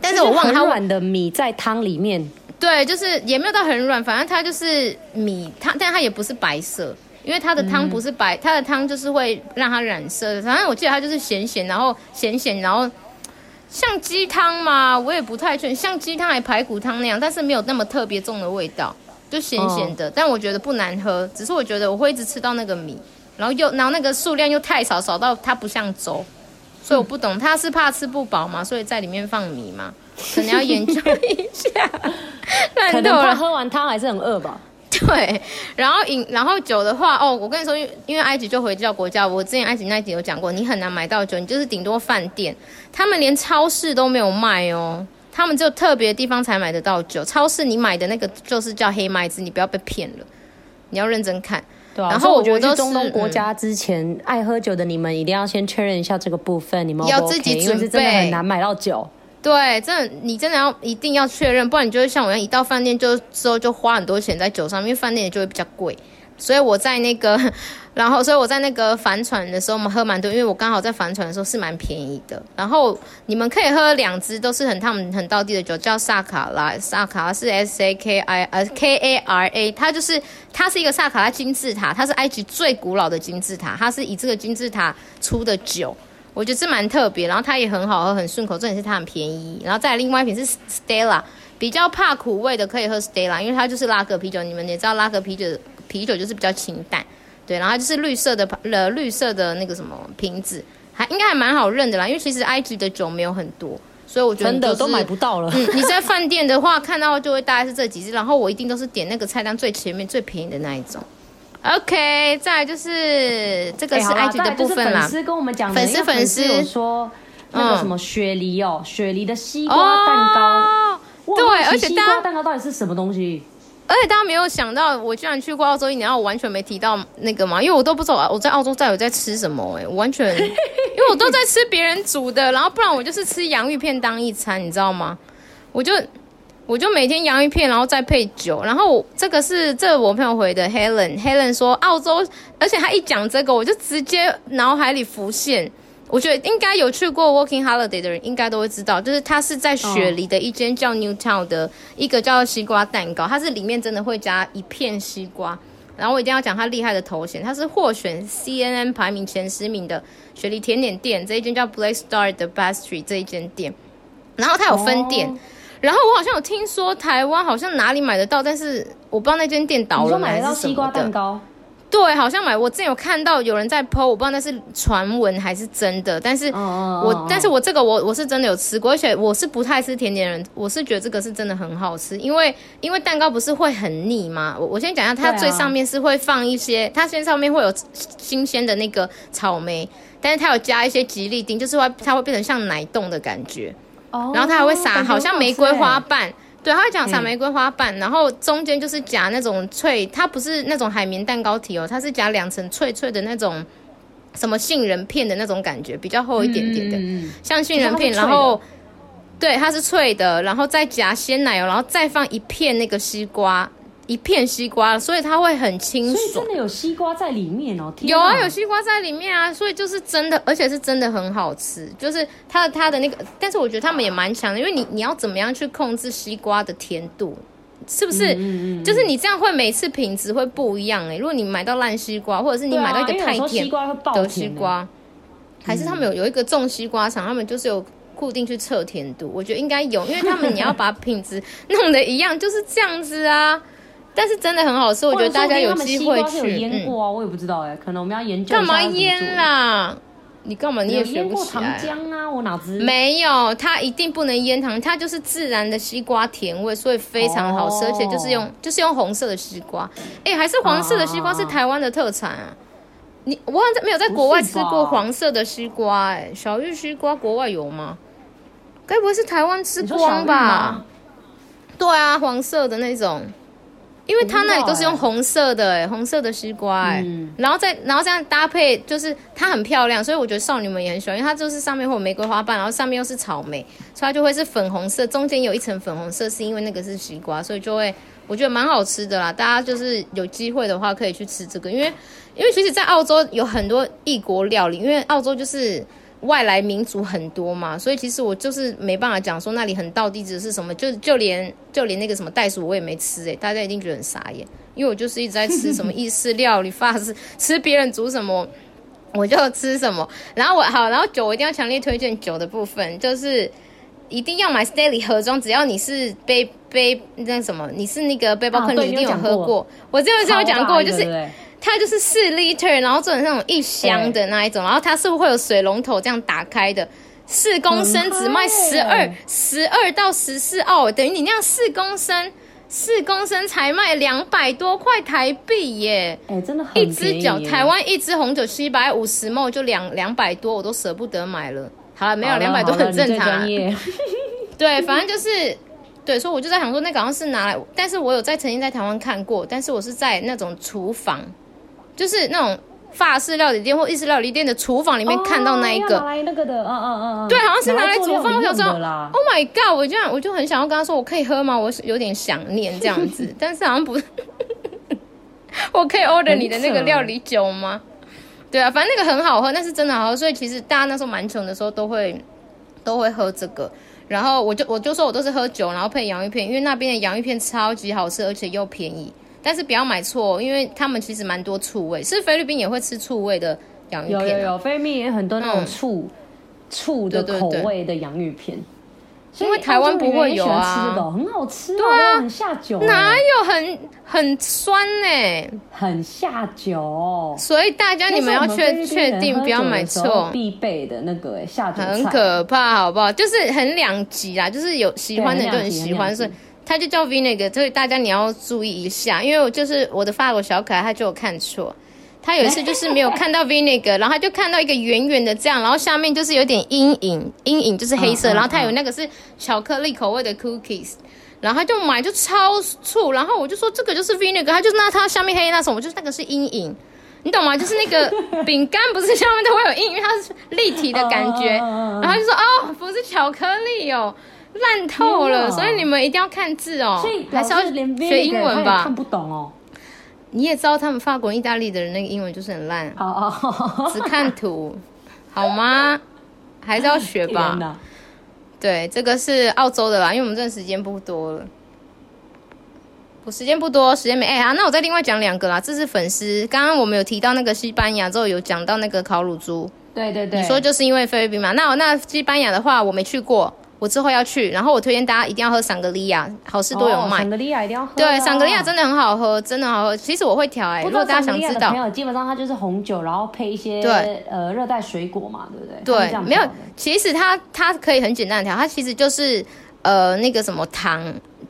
S2: 但是我忘了
S1: 就是
S2: 它
S1: 很软的米在汤里 面，
S2: 对，就是也没有到很软，反正它就是米，它但它也不是白色，因为它的汤不是白，它的汤就是会让它染色的。反正我记得它就是咸咸，然后咸咸，然后像鸡汤嘛，我也不太确定，像鸡汤还排骨汤那样，但是没有那么特别重的味道，就咸咸的。但我觉得不难喝，只是我觉得我会一直吃到那个米，然后又然后那个数量又太少，少到它不像粥。所以我不懂，他是怕吃不饱嘛，所以在里面放米嘛，可能要 研究一 下。
S1: 可
S2: 烂透
S1: 能他
S2: 了，
S1: 喝完汤还是很饿吧。
S2: 对，然后饮，然后酒的话，哦，我跟你说，因为因为埃及就回教国家，我之前埃及那一集有讲过，你很难买到酒，你就是顶多饭店，他们连超市都没有卖哦，他们只有特别的地方才买得到酒，超市你买的那个就是叫黑麦汁，你不要被骗了，你要认真看。
S1: 对啊，
S2: 然
S1: 所以
S2: 后
S1: 我觉
S2: 我
S1: 得
S2: 都
S1: 去中
S2: 是嗯
S1: 东国家之前，爱喝酒的你们一定要先确认一下这个部分，你们 O 不
S2: 要
S1: OK，
S2: 自己
S1: 因为是真的
S2: 准备
S1: 很难买到酒。
S2: 对，真的，你真的要一定要确认，不然你就会像我一样，一到饭店就之后就花很多钱在酒上，因为饭店也就会比较贵。所以我在那个， 然后所以我在那个帆船的时候，我们喝蛮多，因为我刚好在帆船的时候是蛮便宜的。然后你们可以喝两支，都是很他们很道地的酒，叫萨卡拉，萨卡拉是 S A K I 呃 K A R A，它就是它是一个萨卡拉金字塔，它是埃及最古老的金字塔，它是以这个金字塔出的酒。我觉得这蛮特别，然后它也很好喝，很顺口，重点是它很便宜。然后再来另外一瓶是 Stella，比较怕苦味的可以喝 Stella，因为它就是拉格啤酒，你们也知道拉格啤酒啤酒就是比较清淡，对，然后它就是绿色的呃绿色的那个什么瓶子，还应该还蛮好认的啦，因为其实埃及的酒没有很多，所以我觉得、
S1: 真
S2: 就是、
S1: 的都买不到了。
S2: 嗯，你在饭店的话看到就会大概是这几只，然后我一定都是点那个菜单最前面最便宜的那一种。OK，再来就是这个
S1: 哎
S2: 是
S1: 好啦
S2: IG 的部分
S1: 再来就是
S2: 啦
S1: 粉，丝跟我们讲的，
S2: 粉丝
S1: 因为粉
S2: 粉丝嗯
S1: 有说那个什么雪梨哦，雪梨的西瓜蛋糕。
S2: 哦
S1: 我
S2: 对
S1: 很好奇
S2: 而且
S1: 西
S2: 大家
S1: 瓜蛋糕到底是什么东西？
S2: 而且大家没有想到，我居然去过澳洲一年，然后我完全没提到那个嘛，因为我都不知道我在澳洲到底在吃什么、哎，我完全，因为我都在吃别人煮的，然后不然我就是吃洋芋片当一餐，你知道吗？我就我就每天洋芋片，然后再配酒，然后我这个是这我朋友回的 Helen，Helen 说澳洲，而且他一讲这个，我就直接脑海里浮现。我觉得应该有去过 Working Holiday 的人，应该都会知道，就是它是在雪梨的一间叫 Newtown 的一个叫西瓜蛋糕，它是里面真的会加一片西瓜。然后我一定要讲它厉害的头衔，它是获选 CNN 排名前十名的雪梨甜点店，这一间叫 Black Star 的 Pastry 这一间店，然后它有分店。
S1: 哦
S2: 然后我好像有听说台湾好像哪里买得到，但是我不知道那间店倒
S1: 你
S2: 了
S1: 说
S2: 吗
S1: 买得
S2: 还
S1: 到
S2: 是什
S1: 西
S2: 么
S1: 瓜
S2: 的
S1: 蛋糕？
S2: 对，好像买。我之前有看到有人在 PO，我不知道那是传闻还是真的。但是我，
S1: 哦哦哦
S2: 但是我这个我我是真的有吃过，而且我是不太吃甜点的人，我是觉得这个是真的很好吃，因为因为蛋糕不是会很腻吗？我我先讲一下，它
S1: 对啊
S2: 最上面是会放一些，它先上面会有新鲜的那个草莓，但是它有加一些吉利丁，就是会它会变成像奶冻的感觉。
S1: 哦
S2: 然后它还会撒
S1: 感觉
S2: 好像玫瑰
S1: 很
S2: 花
S1: 好吃欸嗯
S2: 瓣，对，它会讲撒玫瑰花瓣，然后中间就是夹那种脆，它不是那种海绵蛋糕体哦，它是夹两层脆脆的那种什么杏仁片的那种感觉，比较厚
S1: 欸
S2: 一点点的，
S1: 嗯嗯嗯
S2: 像杏仁片，
S1: 就是它是
S2: 然
S1: 脆的
S2: 后。对，它是脆的，然后再夹鲜奶油，然后再放一片那个西瓜，一片西瓜，所以它会很清
S1: 所以
S2: 爽
S1: 真。的有西瓜在里面哦。天
S2: 有啊，
S1: 哪
S2: 有西瓜在里面啊，所以就是真的，而且是真的很好吃。就是它的它的那个，但是我觉得他们也蛮强的，因为你你要怎么样去控制西瓜的甜度，是不
S1: 嗯
S2: 是？就是你这样会每次品质会不一样哎、如果你买到烂西瓜，或者是你
S1: 对啊
S2: 买到一个
S1: 因为
S2: 太
S1: 有时候
S2: 甜
S1: 西瓜嗯会爆
S2: 的
S1: 甜
S2: 西
S1: 欸
S2: 瓜，还是他们有有一个种西瓜厂，他们就是有。固定去测甜度，我觉得应该有，因为他们你要把品质弄得一样，就是这样子啊。但是真的很好吃，我觉得大家有机
S1: 或
S2: 会
S1: 者说不定他们西瓜
S2: 去。
S1: 是有
S2: 嗯
S1: 腌过啊，我也不知道哎，可能我们要研究一下
S2: 干嘛
S1: 要怎么
S2: 腌
S1: 做？
S2: 啦？你干嘛？你也
S1: 有
S2: 学
S1: 腌
S2: 不
S1: 过
S2: 起
S1: 糖
S2: 来啊。
S1: 浆啊，我哪知？
S2: 没有，它一定不能腌糖，它就是自然的西瓜甜味，所以非常好吃，
S1: 哦
S2: 而且就是用就是用红色的西瓜，哎，还是黄色的西瓜
S1: 啊
S2: 是台湾的特产啊。你我好像在没有在国外
S1: 不是
S2: 吃
S1: 吧
S2: 过黄色的西瓜、哎，小玉西瓜国外有吗？该不会是台湾吃
S1: 你说小
S2: 光
S1: 绿
S2: 吧
S1: 吗？？
S2: 对啊，黄色的那种，因为它那里都是用红色的、哎，红色的西瓜、哎、
S1: 嗯
S2: 然后再然后这样搭配，就是它很漂亮，所以我觉得少女们也很喜欢，因为它就是上面会有玫瑰花瓣，然后上面又是草莓，所以它就会是粉红色，中间有一层粉红色，是因为那个是西瓜，所以就会我觉得蛮好吃的啦。大家就是有机会的话可以去吃这个，因为因为其实，在澳洲有很多异国料理，因为澳洲就是外来民族很多嘛，所以其实我就是没办法讲说那里很道地址是什么，就就连就连那个什么袋鼠我也没吃诶、欸大家一定觉得很傻眼，因为我就是一直在吃什么意式料理、 法式，吃别人煮什么。我就吃什么，然后我好，然后酒我一定要强烈推荐酒的部分，就是一定要买 Stanley 盒装，只要你是背背那什么，你是那个背包
S1: 啊
S2: 客，
S1: 对
S2: 一
S1: 你
S2: 定
S1: 有
S2: 有
S1: 讲
S2: 喝
S1: 过哦
S2: 过。我之前是有讲
S1: 超大
S2: 过，
S1: 一
S2: 就
S1: 个
S2: 是
S1: 对不对
S2: 它就是四 liter，然后做成那种一箱的那一种，然后它是会有水龙头这样打开的，四公升只卖十
S1: 很
S2: 二
S1: 嗨
S2: 十二到十四澳，等于你那样四公升，四公升才卖两百多块台币耶。
S1: 哎、真的很
S2: 一只酒，
S1: 便宜耶
S2: 台湾一支红酒七百五十毛就两两百多，我都舍不得买了。好了，没有
S1: 好了
S2: 两百多
S1: 好了
S2: 很正
S1: 你最
S2: 常啊、
S1: 专业
S2: 对，反正就是，对，所以我就在想说，那个好像是拿来，但是我有在曾经在台湾看过，但是我是在那种厨房，就是那种法式料理店或意式料理店的厨房里面看到那一个。
S1: 哦要拿来那个的，嗯嗯嗯嗯，
S2: 对，好像是拿来
S1: 做
S2: 煮
S1: 料
S2: 饭。我
S1: 理
S2: 想
S1: 用
S2: 说
S1: 的啦。
S2: ，Oh my god！我这样，我就很想要跟他说，我可以喝吗？我是有点想念这样 子，但是好像不，我可以 order 你的那个料理酒吗？对啊，反正那个很好喝，那是真的好喝。所以其实大家那时候蛮穷的时候，都会都会喝这个。然后我就我就说我都是喝酒，然后配洋芋片，因为那边的洋芋片超级好吃，而且又便宜。但是不要买错哦，因为他们其实蛮多醋味，是菲律宾也会吃醋味的洋芋片、
S1: 有
S2: 啊。
S1: 有有，菲律宾也有很多那种
S2: 嗯
S1: 醋、醋的
S2: 对对
S1: 口
S2: 对
S1: 味的洋芋片，所以
S2: 因为台湾
S1: 澳洲
S2: 不
S1: 人
S2: 会
S1: 也
S2: 有
S1: 喜欢吃的
S2: 啊，
S1: 哦，很好吃，
S2: 对
S1: 好不好
S2: 啊
S1: 很下酒，哎
S2: 哪有很很酸呢、
S1: 很下酒。
S2: 所以大家你们要确确定不要买
S1: 那是我们菲律宾人喝酒的时候
S2: 错，
S1: 必备的那个哎下酒菜，
S2: 很可怕，好不好？就是很两极啦，就是有喜欢的
S1: 对
S2: 就
S1: 很
S2: 很
S1: 两极
S2: 喜欢，
S1: 很两极
S2: 所以它就叫 vinegar，所以大家你要注意一下，因为我就是我的法国小可爱，他就有看错。他有一次就是没有看到 vinegar，然后他就看到一个圆圆的这样，然后下面就是有点阴影，阴影就是黑色，
S1: 嗯嗯
S2: 然后他有那个是巧克力口味的 cookies，然后他就买就超醋，然后我就说这个就是 vinegar，他就那它下面黑那什么，就是那个是阴影，你懂吗？就是那个 饼干不是下面都会有阴影，因为它是立体的感觉，
S1: 嗯嗯嗯嗯
S2: 然后他就说哦不是巧克力哦，烂透
S1: 天哪
S2: 了，所以你们一定要看字哦，
S1: 所以
S2: 还
S1: 老
S2: 是要
S1: 师连 vinegar
S2: 学英文
S1: 他也
S2: 吧
S1: 看。不懂哦。
S2: 你也知道他们法国人、意大利的人那个英文就是很烂，
S1: 哦哦，
S2: 只看图，好吗？还是 要学吧
S1: 天。哪
S2: 对，这个是澳洲的啦，因为我们真的时间不多了。我时间不多，时间没哎啊，那我再另外讲两个啦。这是粉丝，刚刚我们有提到那个西班牙之后，有讲到那个烤乳猪，
S1: 对对对，
S2: 你说就是因为菲律宾嘛。那那西班牙的话，我没去过，我之后要去。然后我推荐大家一定要喝桑格利亚，好事多有
S1: 哦
S2: 卖。
S1: 赏格利亚一定要喝啊。
S2: 对，桑格利亚真的很好喝，真的好喝。其实我会调哎、
S1: 不
S2: 如
S1: 知道
S2: 果大家
S1: 赏格
S2: 想
S1: 利亚
S2: 知
S1: 的
S2: 道
S1: 朋，友基本上它就是红酒，然后配一些
S2: 对
S1: 呃热带水果嘛，对不对？它是这
S2: 对，
S1: 样
S2: 没有
S1: 调的，
S2: 其实它它可以很简单的调，它其实就是呃那个什么糖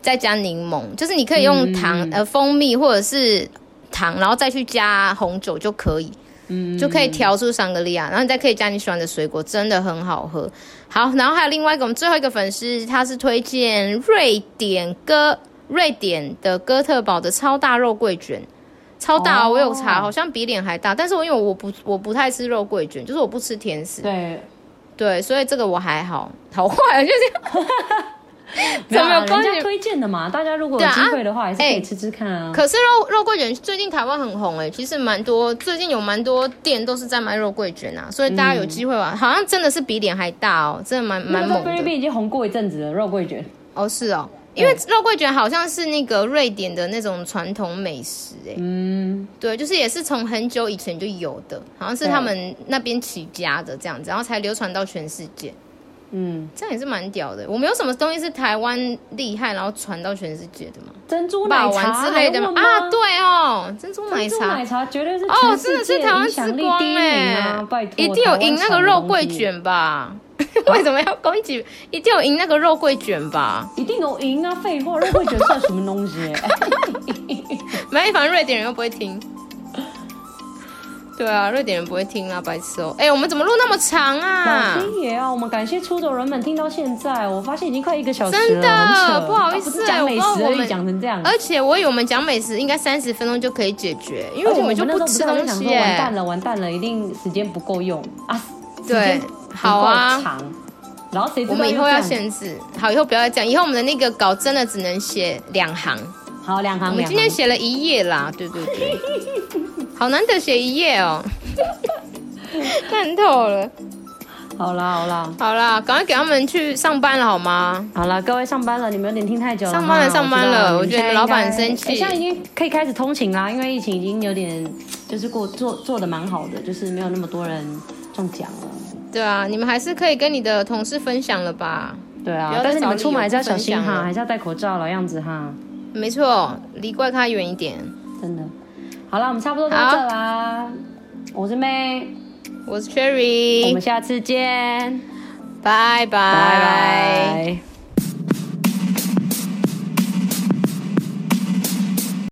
S2: 再加柠檬，就是你可以
S1: 嗯
S2: 用糖、呃蜂蜜或者是糖，然后再去加红酒就可以。嗯，就可以调出香格利亚，然后你再可以加你喜欢的水果，真的很好喝。好，然后还有另外一个，我们最后一个粉丝他是推荐瑞典哥瑞典的哥特堡的超大肉桂卷，超大、哦，我有查，
S1: 哦
S2: 好像比脸还大。但是我因为我不我不太吃肉桂卷，就是我不吃甜食，
S1: 对。
S2: 对，所以这个我还好，好坏就是
S1: 没有
S2: 怎么
S1: 啊
S2: 有关
S1: 人家
S2: 系
S1: 推荐的嘛？大家如果有
S2: 对啊
S1: 机会的话，还是可
S2: 哎
S1: 以吃吃看啊。
S2: 可是肉肉桂卷最近台湾很红哎、其实蛮多，最近有蛮多店都是在卖肉桂卷啊，所以大家有机会
S1: 嗯
S2: 玩，好像真的是比脸还大哦，真的蛮蛮
S1: 那个在
S2: 猛
S1: 菲律
S2: 的
S1: 宾已经红过一阵子了，肉桂卷。
S2: 哦，是哦。
S1: 嗯
S2: 因为肉桂卷好像是那个瑞典的那种传统美食、哎，
S1: 嗯，
S2: 对，就是也是从很久以前就有的，好像是他们那边起家的这样子，然后才流传到全世界，
S1: 嗯，
S2: 这样也是蛮屌的。我们有什么东西是台湾厉害，然后传到全世界的吗？
S1: 珍珠
S2: 霸
S1: 奶
S2: 王
S1: 茶
S2: 之类的
S1: 还
S2: 嘛
S1: 问吗
S2: 啊，，对哦，珍珠奶
S1: 珍珠
S2: 茶
S1: 奶茶绝对是
S2: 哦，
S1: 全
S2: 真的
S1: 世
S2: 是
S1: 界
S2: 台湾
S1: 影
S2: 之
S1: 响力
S2: 光
S1: 第一名
S2: 哎、
S1: 啊！拜托，
S2: 一定有赢那个肉桂
S1: 台湾
S2: 卷吧？ 为什么要攻击？一定有赢那个肉桂卷吧？
S1: 产的东西，一定有赢啊！废话，肉桂卷算什么东西？
S2: 没，反正瑞典人又不会听。对啊，瑞典人不会听啊，白痴哦、哎、我们怎么录那么长啊
S1: 老？天爷啊！我们感谢出走人们听到现在，我发现已经快一个小时了，
S2: 真的
S1: 很扯
S2: 不好意思
S1: 啊不是讲美
S2: 我不知
S1: 食而
S2: 道我们呃
S1: 已，讲成这样。
S2: 而且我以为我们讲美食应该三十分钟就可以解决，因为
S1: 而且哎
S2: 我
S1: 我
S2: 们
S1: 们
S2: 就
S1: 那时候
S2: 吃
S1: 是还
S2: 东
S1: 在想
S2: 西、
S1: 说完
S2: 耶。
S1: 蛋了，完蛋了，一定时间不够用啊！时
S2: 对
S1: 间不够
S2: 好啊
S1: 长。然后谁知道
S2: 我们以后
S1: 又
S2: 要
S1: 这样
S2: 限制，好，以后不要再这样。以后我们的那个稿真的只能写两行，
S1: 好两行，
S2: 我们今天写了一页啦，对对对，好难得写一 页哦，烂透了。
S1: 两行好啦好啦
S2: 好啦，赶快给他们去上班了好吗？
S1: 好啦，各位上班了，你们有点听太久了哈。
S2: 上班了上班
S1: 我知道
S2: 了我
S1: 你
S2: 觉得
S1: 们现在
S2: 老板
S1: 应该
S2: 很生气
S1: 哎现在已经可以开始通勤啦，因为疫情已经有点就是过做做的蛮好的，就是没有那么多人中奖了。
S2: 对啊，你们还是可以跟你的同事分享了吧？
S1: 对
S2: 不
S1: 啊
S2: 要再，
S1: 但是你们
S2: 找
S1: 出门
S2: 理由
S1: 还是要
S2: 不
S1: 小
S2: 分
S1: 心
S2: 享
S1: 哈，
S2: 了
S1: 还是要戴口罩老样子哈，
S2: 没错，离怪咖远一点。
S1: 真的。好啦，我们差不多到
S2: 好
S1: 这啦。我是 May，
S2: 我是
S1: 我
S2: Cherry，
S1: 们下次见，
S2: 拜拜
S1: 拜拜。